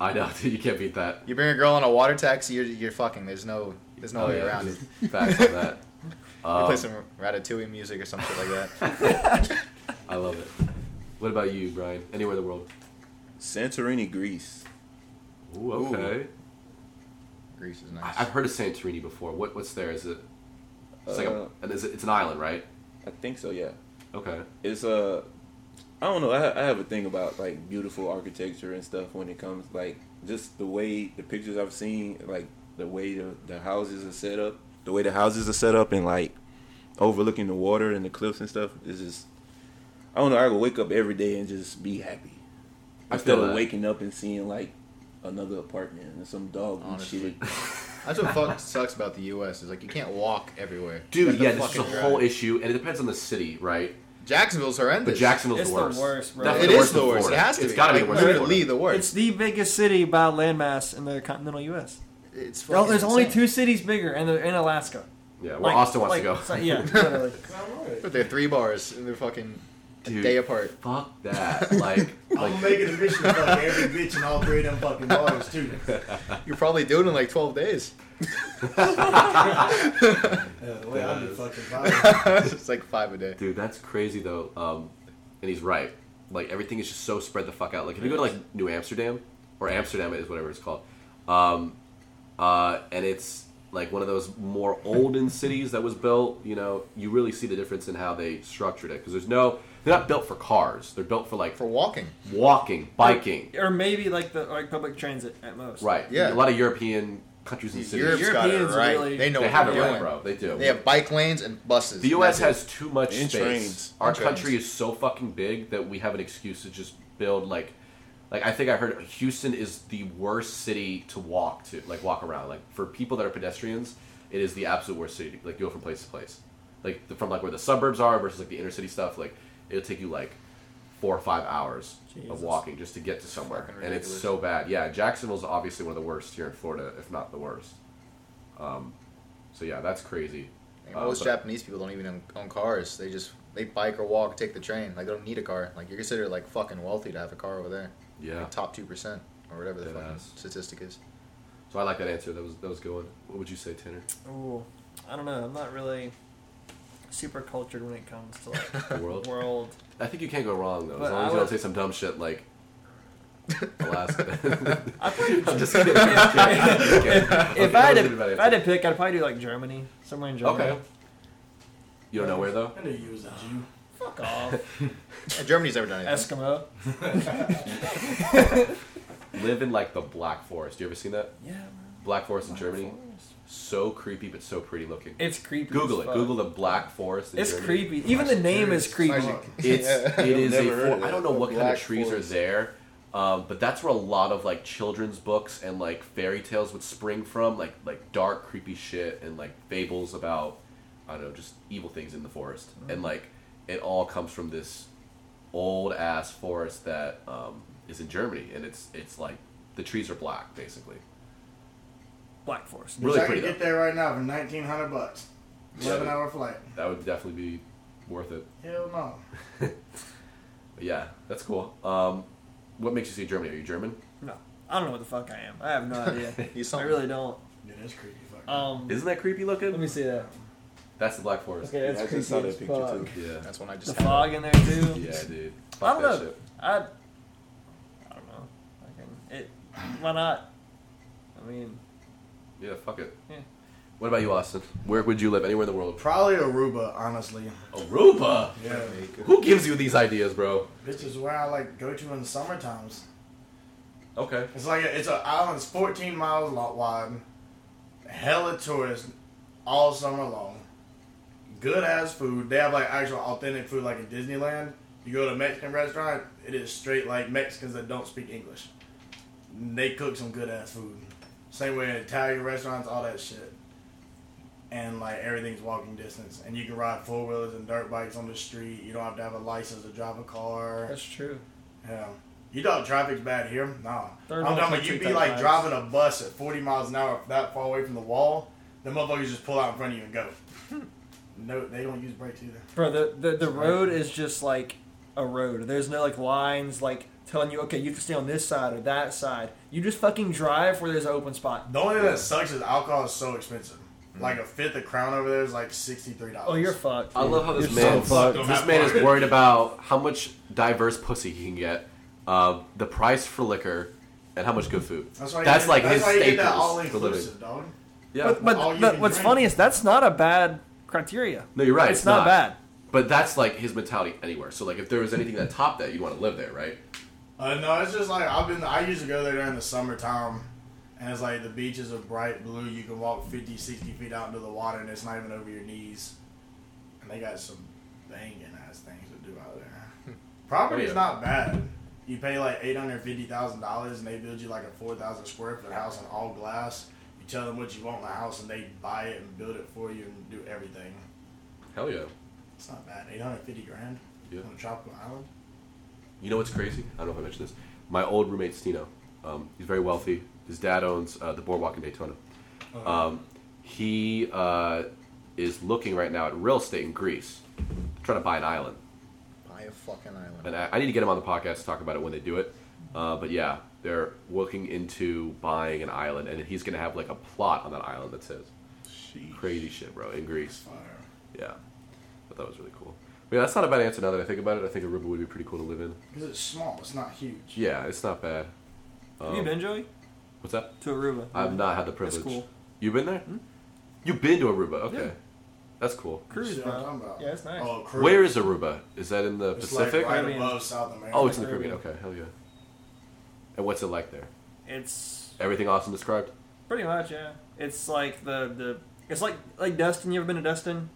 Speaker 1: I know <laughs> dude, you can't beat that.
Speaker 3: You bring a girl on a water taxi, you're, you're fucking. There's no, there's no
Speaker 1: Oh,
Speaker 3: way
Speaker 1: yeah,
Speaker 3: around it.
Speaker 1: just Facts on <laughs>
Speaker 3: <laughs>
Speaker 1: that.
Speaker 3: You play
Speaker 1: Um,
Speaker 3: <laughs> some Ratatouille music or some shit like that.
Speaker 1: <laughs> I love it. What about you, Brian? Anywhere in the world?
Speaker 4: Santorini, Greece.
Speaker 1: Ooh, okay.
Speaker 3: Greece is
Speaker 1: I-
Speaker 3: nice.
Speaker 1: I've heard of Santorini before. What what's there? Is it? It's like
Speaker 4: Uh,
Speaker 1: a, and is it, it's an island, right?
Speaker 4: I think so. Yeah.
Speaker 1: Okay.
Speaker 4: It's Uh, I don't know. I, I have a thing about like beautiful architecture and stuff when it comes like just the way the pictures I've seen, like the way the, the houses are set up, the way the houses are set up and like overlooking the water and the cliffs and stuff is just. I don't know. I could wake up every day and just be happy
Speaker 1: I
Speaker 4: instead
Speaker 1: feel
Speaker 4: of
Speaker 1: that.
Speaker 4: waking up and seeing like another apartment and some dog and
Speaker 3: Honestly.
Speaker 4: shit.
Speaker 3: That's what fuck sucks about the U.S. is like you can't walk everywhere. You
Speaker 1: Dude,
Speaker 3: have to
Speaker 1: yeah, this is a
Speaker 3: fucking
Speaker 1: whole
Speaker 3: drive.
Speaker 1: issue, and it depends on the city, right?
Speaker 3: Jacksonville's horrendous.
Speaker 1: But Jacksonville's
Speaker 5: It's
Speaker 1: the
Speaker 5: the
Speaker 1: worst.
Speaker 5: worst, bro.
Speaker 1: Definitely
Speaker 3: it
Speaker 5: the
Speaker 3: is
Speaker 1: than
Speaker 3: the worst. It
Speaker 1: Florida.
Speaker 3: has to be.
Speaker 1: It's got to be
Speaker 3: Like,
Speaker 1: worse. than
Speaker 3: Literally
Speaker 1: Florida.
Speaker 3: the
Speaker 5: It's
Speaker 3: worst.
Speaker 5: the biggest city by landmass in the continental U.S.
Speaker 3: It's,
Speaker 5: No, there's
Speaker 3: fucking
Speaker 5: only
Speaker 3: insane.
Speaker 5: two cities bigger, and they're in Alaska.
Speaker 1: Yeah, where
Speaker 5: Like-
Speaker 1: Austin wants
Speaker 5: like-
Speaker 1: to go. <laughs>
Speaker 5: so- yeah, literally.
Speaker 3: But they're three bars and they're fucking
Speaker 1: Dude.
Speaker 3: a day apart.
Speaker 1: Fuck that. Like,
Speaker 3: <laughs>
Speaker 6: I'm
Speaker 1: like
Speaker 6: making a mission to fuck
Speaker 1: <laughs>
Speaker 6: every bitch in all three of them fucking bars too.
Speaker 3: You're probably doing it in like 12
Speaker 1: <laughs>
Speaker 3: days.
Speaker 6: Yeah, the way I be
Speaker 1: Yes. <laughs>
Speaker 6: fucking vibing.
Speaker 3: it's like five a day.
Speaker 1: dude, that's crazy though. Um, and he's right. Like everything is just so spread the fuck out. Like if you go to like New Amsterdam or Amsterdam, it is whatever it's called. Um, uh, and it's like one of those more olden cities that was built. You know, you really see the difference in how they structured it because there's no. They're not built for cars. They're built for like
Speaker 3: For walking.
Speaker 1: walking, biking.
Speaker 5: or maybe like the like public transit at most.
Speaker 1: Right. A
Speaker 3: Yeah.
Speaker 1: lot of European countries and cities.
Speaker 3: Europe's got it
Speaker 5: Europeans
Speaker 3: right.
Speaker 5: really-
Speaker 3: They know
Speaker 1: they
Speaker 3: what
Speaker 1: have it
Speaker 3: they're
Speaker 1: right,
Speaker 3: doing.
Speaker 1: bro. They do.
Speaker 3: They have bike lanes and buses.
Speaker 1: the U.S.
Speaker 3: That's
Speaker 1: has too much
Speaker 4: And
Speaker 1: space.
Speaker 4: trains.
Speaker 1: Our
Speaker 3: And trains.
Speaker 1: country is so fucking big that we have an excuse to just build like, like I think I heard Houston is the worst city to walk to, like walk around. Like for people that are pedestrians, it is the absolute worst city. to, Like go from place to place, like the, from like where the suburbs are versus like the inner city stuff. Like it'll take you like four or five hours
Speaker 5: Jesus.
Speaker 1: of walking just to get to somewhere,
Speaker 3: Fucking
Speaker 1: and it's
Speaker 3: ridiculous.
Speaker 1: so bad. Yeah, Jacksonville's obviously one of the worst here in Florida, if not the worst. Um, so yeah, that's crazy.
Speaker 3: it.
Speaker 1: Uh,
Speaker 3: Most
Speaker 1: but-
Speaker 3: Japanese people don't even own, own cars. They just they bike or walk, take the train. Like they don't need a car. Like you're considered like fucking wealthy to have a car over there.
Speaker 1: Yeah.
Speaker 3: Like, top two percent or whatever the
Speaker 1: Dead
Speaker 3: fucking
Speaker 1: ass.
Speaker 3: statistic is.
Speaker 1: So I like that answer. That was that was good. What would you say, Tanner?
Speaker 5: Ooh, I don't know. I'm not really super cultured when it comes
Speaker 1: <laughs>
Speaker 5: to like
Speaker 1: The world.
Speaker 5: world.
Speaker 1: I think you can't go wrong though, as
Speaker 5: But
Speaker 1: long
Speaker 5: I
Speaker 1: as you don't
Speaker 5: would-
Speaker 1: say some dumb shit <laughs> like Alaska. <laughs>
Speaker 5: I probably,
Speaker 1: I'm just kidding. I'm just kidding. <laughs>
Speaker 5: if,
Speaker 1: Okay,
Speaker 5: if I had
Speaker 1: that was a
Speaker 5: to,
Speaker 1: bad
Speaker 5: if I had to
Speaker 1: answer.
Speaker 5: pick, I'd probably do like Germany, somewhere in Germany.
Speaker 1: okay. You don't know where though.
Speaker 6: I knew you was a Jew.
Speaker 5: Fuck off,
Speaker 3: Yeah, Germany's never done
Speaker 5: <laughs>
Speaker 3: anything.
Speaker 1: <laughs>
Speaker 5: Eskimo.
Speaker 1: Live in like the Black Forest. You ever seen that?
Speaker 5: Yeah,
Speaker 1: Black Forest in Germany. So creepy, but so pretty looking.
Speaker 5: it's creepy.
Speaker 1: Google
Speaker 5: as
Speaker 1: it.
Speaker 5: fuck.
Speaker 1: Google the Black Forest. In
Speaker 5: It's
Speaker 1: Germany.
Speaker 5: creepy. Even the name is creepy.
Speaker 1: It's
Speaker 3: Yeah.
Speaker 1: it is a
Speaker 4: never heard
Speaker 1: for-
Speaker 4: of
Speaker 1: I
Speaker 4: that.
Speaker 1: don't know what
Speaker 3: The
Speaker 1: kind of
Speaker 3: Black
Speaker 1: trees
Speaker 3: Forest.
Speaker 1: are there, um, but that's where a lot of like children's books and like fairy tales would spring from, like like dark, creepy shit and like fables about I don't know, just evil things in the forest, and like it all comes from this old ass forest that um, is in Germany, and it's it's like the trees are black basically.
Speaker 5: Black Forest.
Speaker 1: Really
Speaker 6: I
Speaker 1: pretty
Speaker 6: could
Speaker 1: though.
Speaker 6: get there right now for nineteen hundred bucks.
Speaker 1: Yeah.
Speaker 6: Eleven hour flight.
Speaker 1: That would definitely be worth it.
Speaker 6: Hell no.
Speaker 1: But yeah, that's cool. Um, what makes you say Germany? Are you German?
Speaker 5: No, I don't know what the fuck I am. I have no idea.
Speaker 3: You
Speaker 5: I
Speaker 3: something.
Speaker 5: really don't.
Speaker 6: It is creepy. Fuck.
Speaker 5: Um,
Speaker 1: Isn't that creepy looking?
Speaker 5: let me see that.
Speaker 1: That's the Black Forest.
Speaker 5: Okay, that's
Speaker 4: I
Speaker 5: creepy
Speaker 4: just saw
Speaker 5: as
Speaker 4: that picture
Speaker 5: fuck.
Speaker 4: too.
Speaker 1: Yeah.
Speaker 3: That's when I
Speaker 5: The
Speaker 3: just.
Speaker 5: fog in there too.
Speaker 1: Yeah, dude. Fuck
Speaker 5: I
Speaker 1: that
Speaker 5: don't know.
Speaker 1: shit.
Speaker 5: I, I don't know. Fucking it. Why not? I mean,
Speaker 1: Yeah, fuck it.
Speaker 5: Yeah.
Speaker 1: What about you, Austin? Where would you live? Anywhere in the world?
Speaker 6: Probably Aruba, honestly.
Speaker 1: Aruba?
Speaker 6: Yeah.
Speaker 1: Who gives you these ideas, bro?
Speaker 6: This is where I like go to in the summer times.
Speaker 1: Okay.
Speaker 6: It's like a, it's an island. It's 14 miles lo- wide. Hella tourists all summer long. Good ass food. They have like actual authentic food, like in Disneyland. You go to a Mexican restaurant, it is straight like Mexicans that don't speak English. They cook some good ass food. Same way in Italian restaurants, all that shit. And like everything's walking distance, and you can ride four wheelers and dirt bikes on the street. You don't have to have a license to drive a car.
Speaker 5: that's true.
Speaker 6: Yeah. You thought traffic's bad here? No.
Speaker 5: Third world
Speaker 6: I'm talking about
Speaker 5: country
Speaker 6: you'd be
Speaker 5: type
Speaker 6: like
Speaker 5: vibes.
Speaker 6: driving a bus at 40 miles an hour that far away from the wall. The motherfuckers just pull out in front of
Speaker 5: <laughs>
Speaker 6: you and go. no, they don't use brakes either.
Speaker 5: Bro, the the, the road is just like a road. There's no like lines like telling you okay, you have to stay on this side or that side. You just fucking drive where there's an open spot.
Speaker 6: The only thing that sucks is alcohol is so expensive. Like a fifth of Crown over there is like $63.
Speaker 5: Oh, you're fucked.
Speaker 1: I
Speaker 5: dude.
Speaker 1: love how this
Speaker 5: You're so
Speaker 1: man
Speaker 5: fucked.
Speaker 1: this man is worried about how much diverse pussy he can get, uh, the price for liquor, and how much good food.
Speaker 6: That's why you get,
Speaker 1: like
Speaker 6: that's
Speaker 1: his
Speaker 6: why you get that
Speaker 1: staples
Speaker 6: all
Speaker 1: for living.
Speaker 6: inclusive, dog.
Speaker 1: Yeah.
Speaker 5: But,
Speaker 6: All
Speaker 5: but
Speaker 6: you
Speaker 5: the-
Speaker 6: can
Speaker 5: what's
Speaker 6: drink.
Speaker 5: funny is that's not a bad criteria.
Speaker 1: no, you're right.
Speaker 5: It's, not, bad.
Speaker 1: But that's like his mentality anywhere. So like, if there was anything that topped that, you'd want to live there, right?
Speaker 6: Uh, no, it's just like I've been. I used to go there during the summertime, and it's like the beaches are bright blue. You can walk 50, 60 feet out into the water, and it's not even over your knees. And they got some banging ass things to do
Speaker 1: <laughs>
Speaker 6: out there. Property's
Speaker 1: Oh, yeah.
Speaker 6: not bad. You pay like eight hundred fifty thousand dollars, and they build you like a four thousand square foot house in all glass. You tell them what you want in the house, and they buy it and build it for you and do everything.
Speaker 1: Hell yeah.
Speaker 6: It's not bad. Eight hundred fifty grand
Speaker 1: Yeah.
Speaker 6: on a tropical island.
Speaker 1: You know what's crazy? I don't know if I mentioned this. My old roommate Stino, um, he's very wealthy. His dad owns uh, the boardwalk in Daytona. Um, he uh, is looking right now at real estate in Greece, trying to buy an island.
Speaker 3: Buy a fucking island.
Speaker 1: And I, I need to get him on the podcast to talk about it when they do it. Uh, but yeah, they're looking into buying an island, and he's gonna have like a plot on that island that's his. Crazy shit, bro, in Greece.
Speaker 6: Fire.
Speaker 1: Yeah, but that was really cool. But yeah, that's not a bad answer. Now that I think about it, I think Aruba would be pretty cool to live in.
Speaker 6: Because it's small. It's not huge.
Speaker 1: Yeah, it's not bad.
Speaker 5: Have you
Speaker 1: Um,
Speaker 5: been Joey
Speaker 1: What's that?
Speaker 5: to Aruba?
Speaker 1: I've not had the
Speaker 5: That's
Speaker 1: privilege.
Speaker 5: cool. Hmm?
Speaker 1: You've been there? You've been to Aruba? Okay.
Speaker 5: Yeah.
Speaker 1: That's cool.
Speaker 5: Cruise,
Speaker 6: Shit, I'm
Speaker 5: bro.
Speaker 6: talking about.
Speaker 5: Yeah, it's nice.
Speaker 6: Oh, cruise.
Speaker 1: Where is Aruba? Is that in the
Speaker 6: It's
Speaker 1: Pacific?
Speaker 6: Like right
Speaker 5: Caribbean.
Speaker 6: above South America.
Speaker 1: oh, it's in the
Speaker 5: Caribbean.
Speaker 1: Caribbean. Okay, hell yeah. And what's it like there?
Speaker 5: It's
Speaker 1: Everything Austin described?
Speaker 5: pretty much yeah. It's like the the it's like like Destin. You ever been to Destin?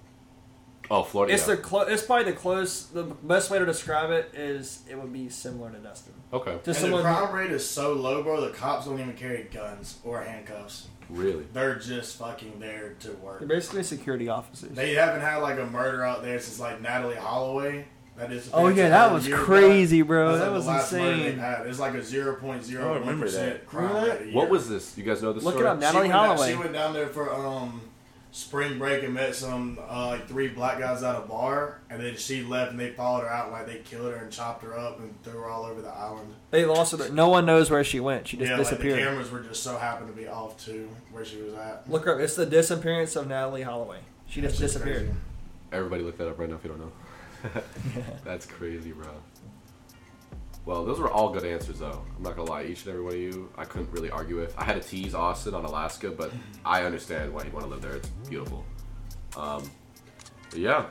Speaker 1: Oh, Florida.
Speaker 5: It's
Speaker 1: yeah.
Speaker 5: the clo- It's probably the close. The best way to describe it is it would be similar to Dustin.
Speaker 1: okay.
Speaker 5: To
Speaker 6: and the
Speaker 5: someone,
Speaker 6: crime rate is so low, bro. The cops don't even carry guns or handcuffs.
Speaker 1: Really?
Speaker 6: They're just fucking there to work.
Speaker 5: they're basically security officers.
Speaker 6: They haven't had like a murder out there since like Natalie Holloway. That is.
Speaker 5: oh yeah, that was crazy, bro. That was
Speaker 6: They've
Speaker 5: insane.
Speaker 6: had. It's like a zero point
Speaker 4: I
Speaker 6: zero one
Speaker 4: remember that.
Speaker 6: percent crime
Speaker 5: Remember
Speaker 6: rate.
Speaker 5: that?
Speaker 6: a
Speaker 1: What
Speaker 6: year.
Speaker 1: was this? You guys know this
Speaker 5: Look it
Speaker 1: story?
Speaker 5: up now. Natalie
Speaker 6: she went down-
Speaker 5: Holloway.
Speaker 6: she went down there for um, spring break and met some uh, like three black guys at a bar, and then she left and they followed her out like they killed her and chopped her up and threw her all over the island.
Speaker 5: They lost her. No one knows where she went. She just
Speaker 6: yeah,
Speaker 5: disappeared.
Speaker 6: like the cameras were just so happened to be off too where she was at.
Speaker 5: Look her up. It's the disappearance of Natalie Holloway. She just
Speaker 6: That's
Speaker 5: disappeared.
Speaker 6: crazy.
Speaker 1: Everybody look that up right now if you don't know. That's crazy, bro. Well, those were all good answers, though. I'm not gonna lie, each and every one of you, I couldn't really argue with. I had to tease Austin on Alaska, but I understand why he'd want to live there. It's beautiful. Um, but yeah,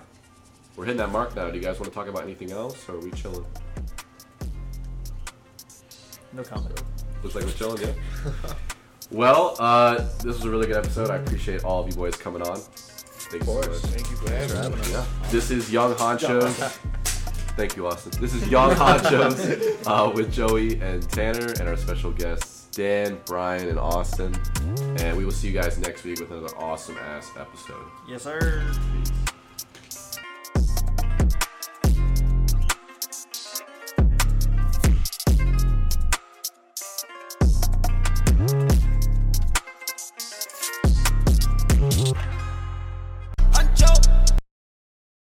Speaker 1: We're hitting that mark now. Do you guys want to talk about anything else, or are we chilling?
Speaker 5: No comment.
Speaker 1: Looks like we're chilling, yeah. well, uh, this was a really good episode. I appreciate all of you boys coming on. Thank you so much.
Speaker 3: Thank you for having us.
Speaker 1: This is Young Honchos. Thank you, Austin. This is Young Honchos uh, with Joey and Tanner and our special guests, Dan, Brian, and Austin. And we will see you guys next week with another awesome ass episode.
Speaker 5: Yes, sir.
Speaker 1: Peace.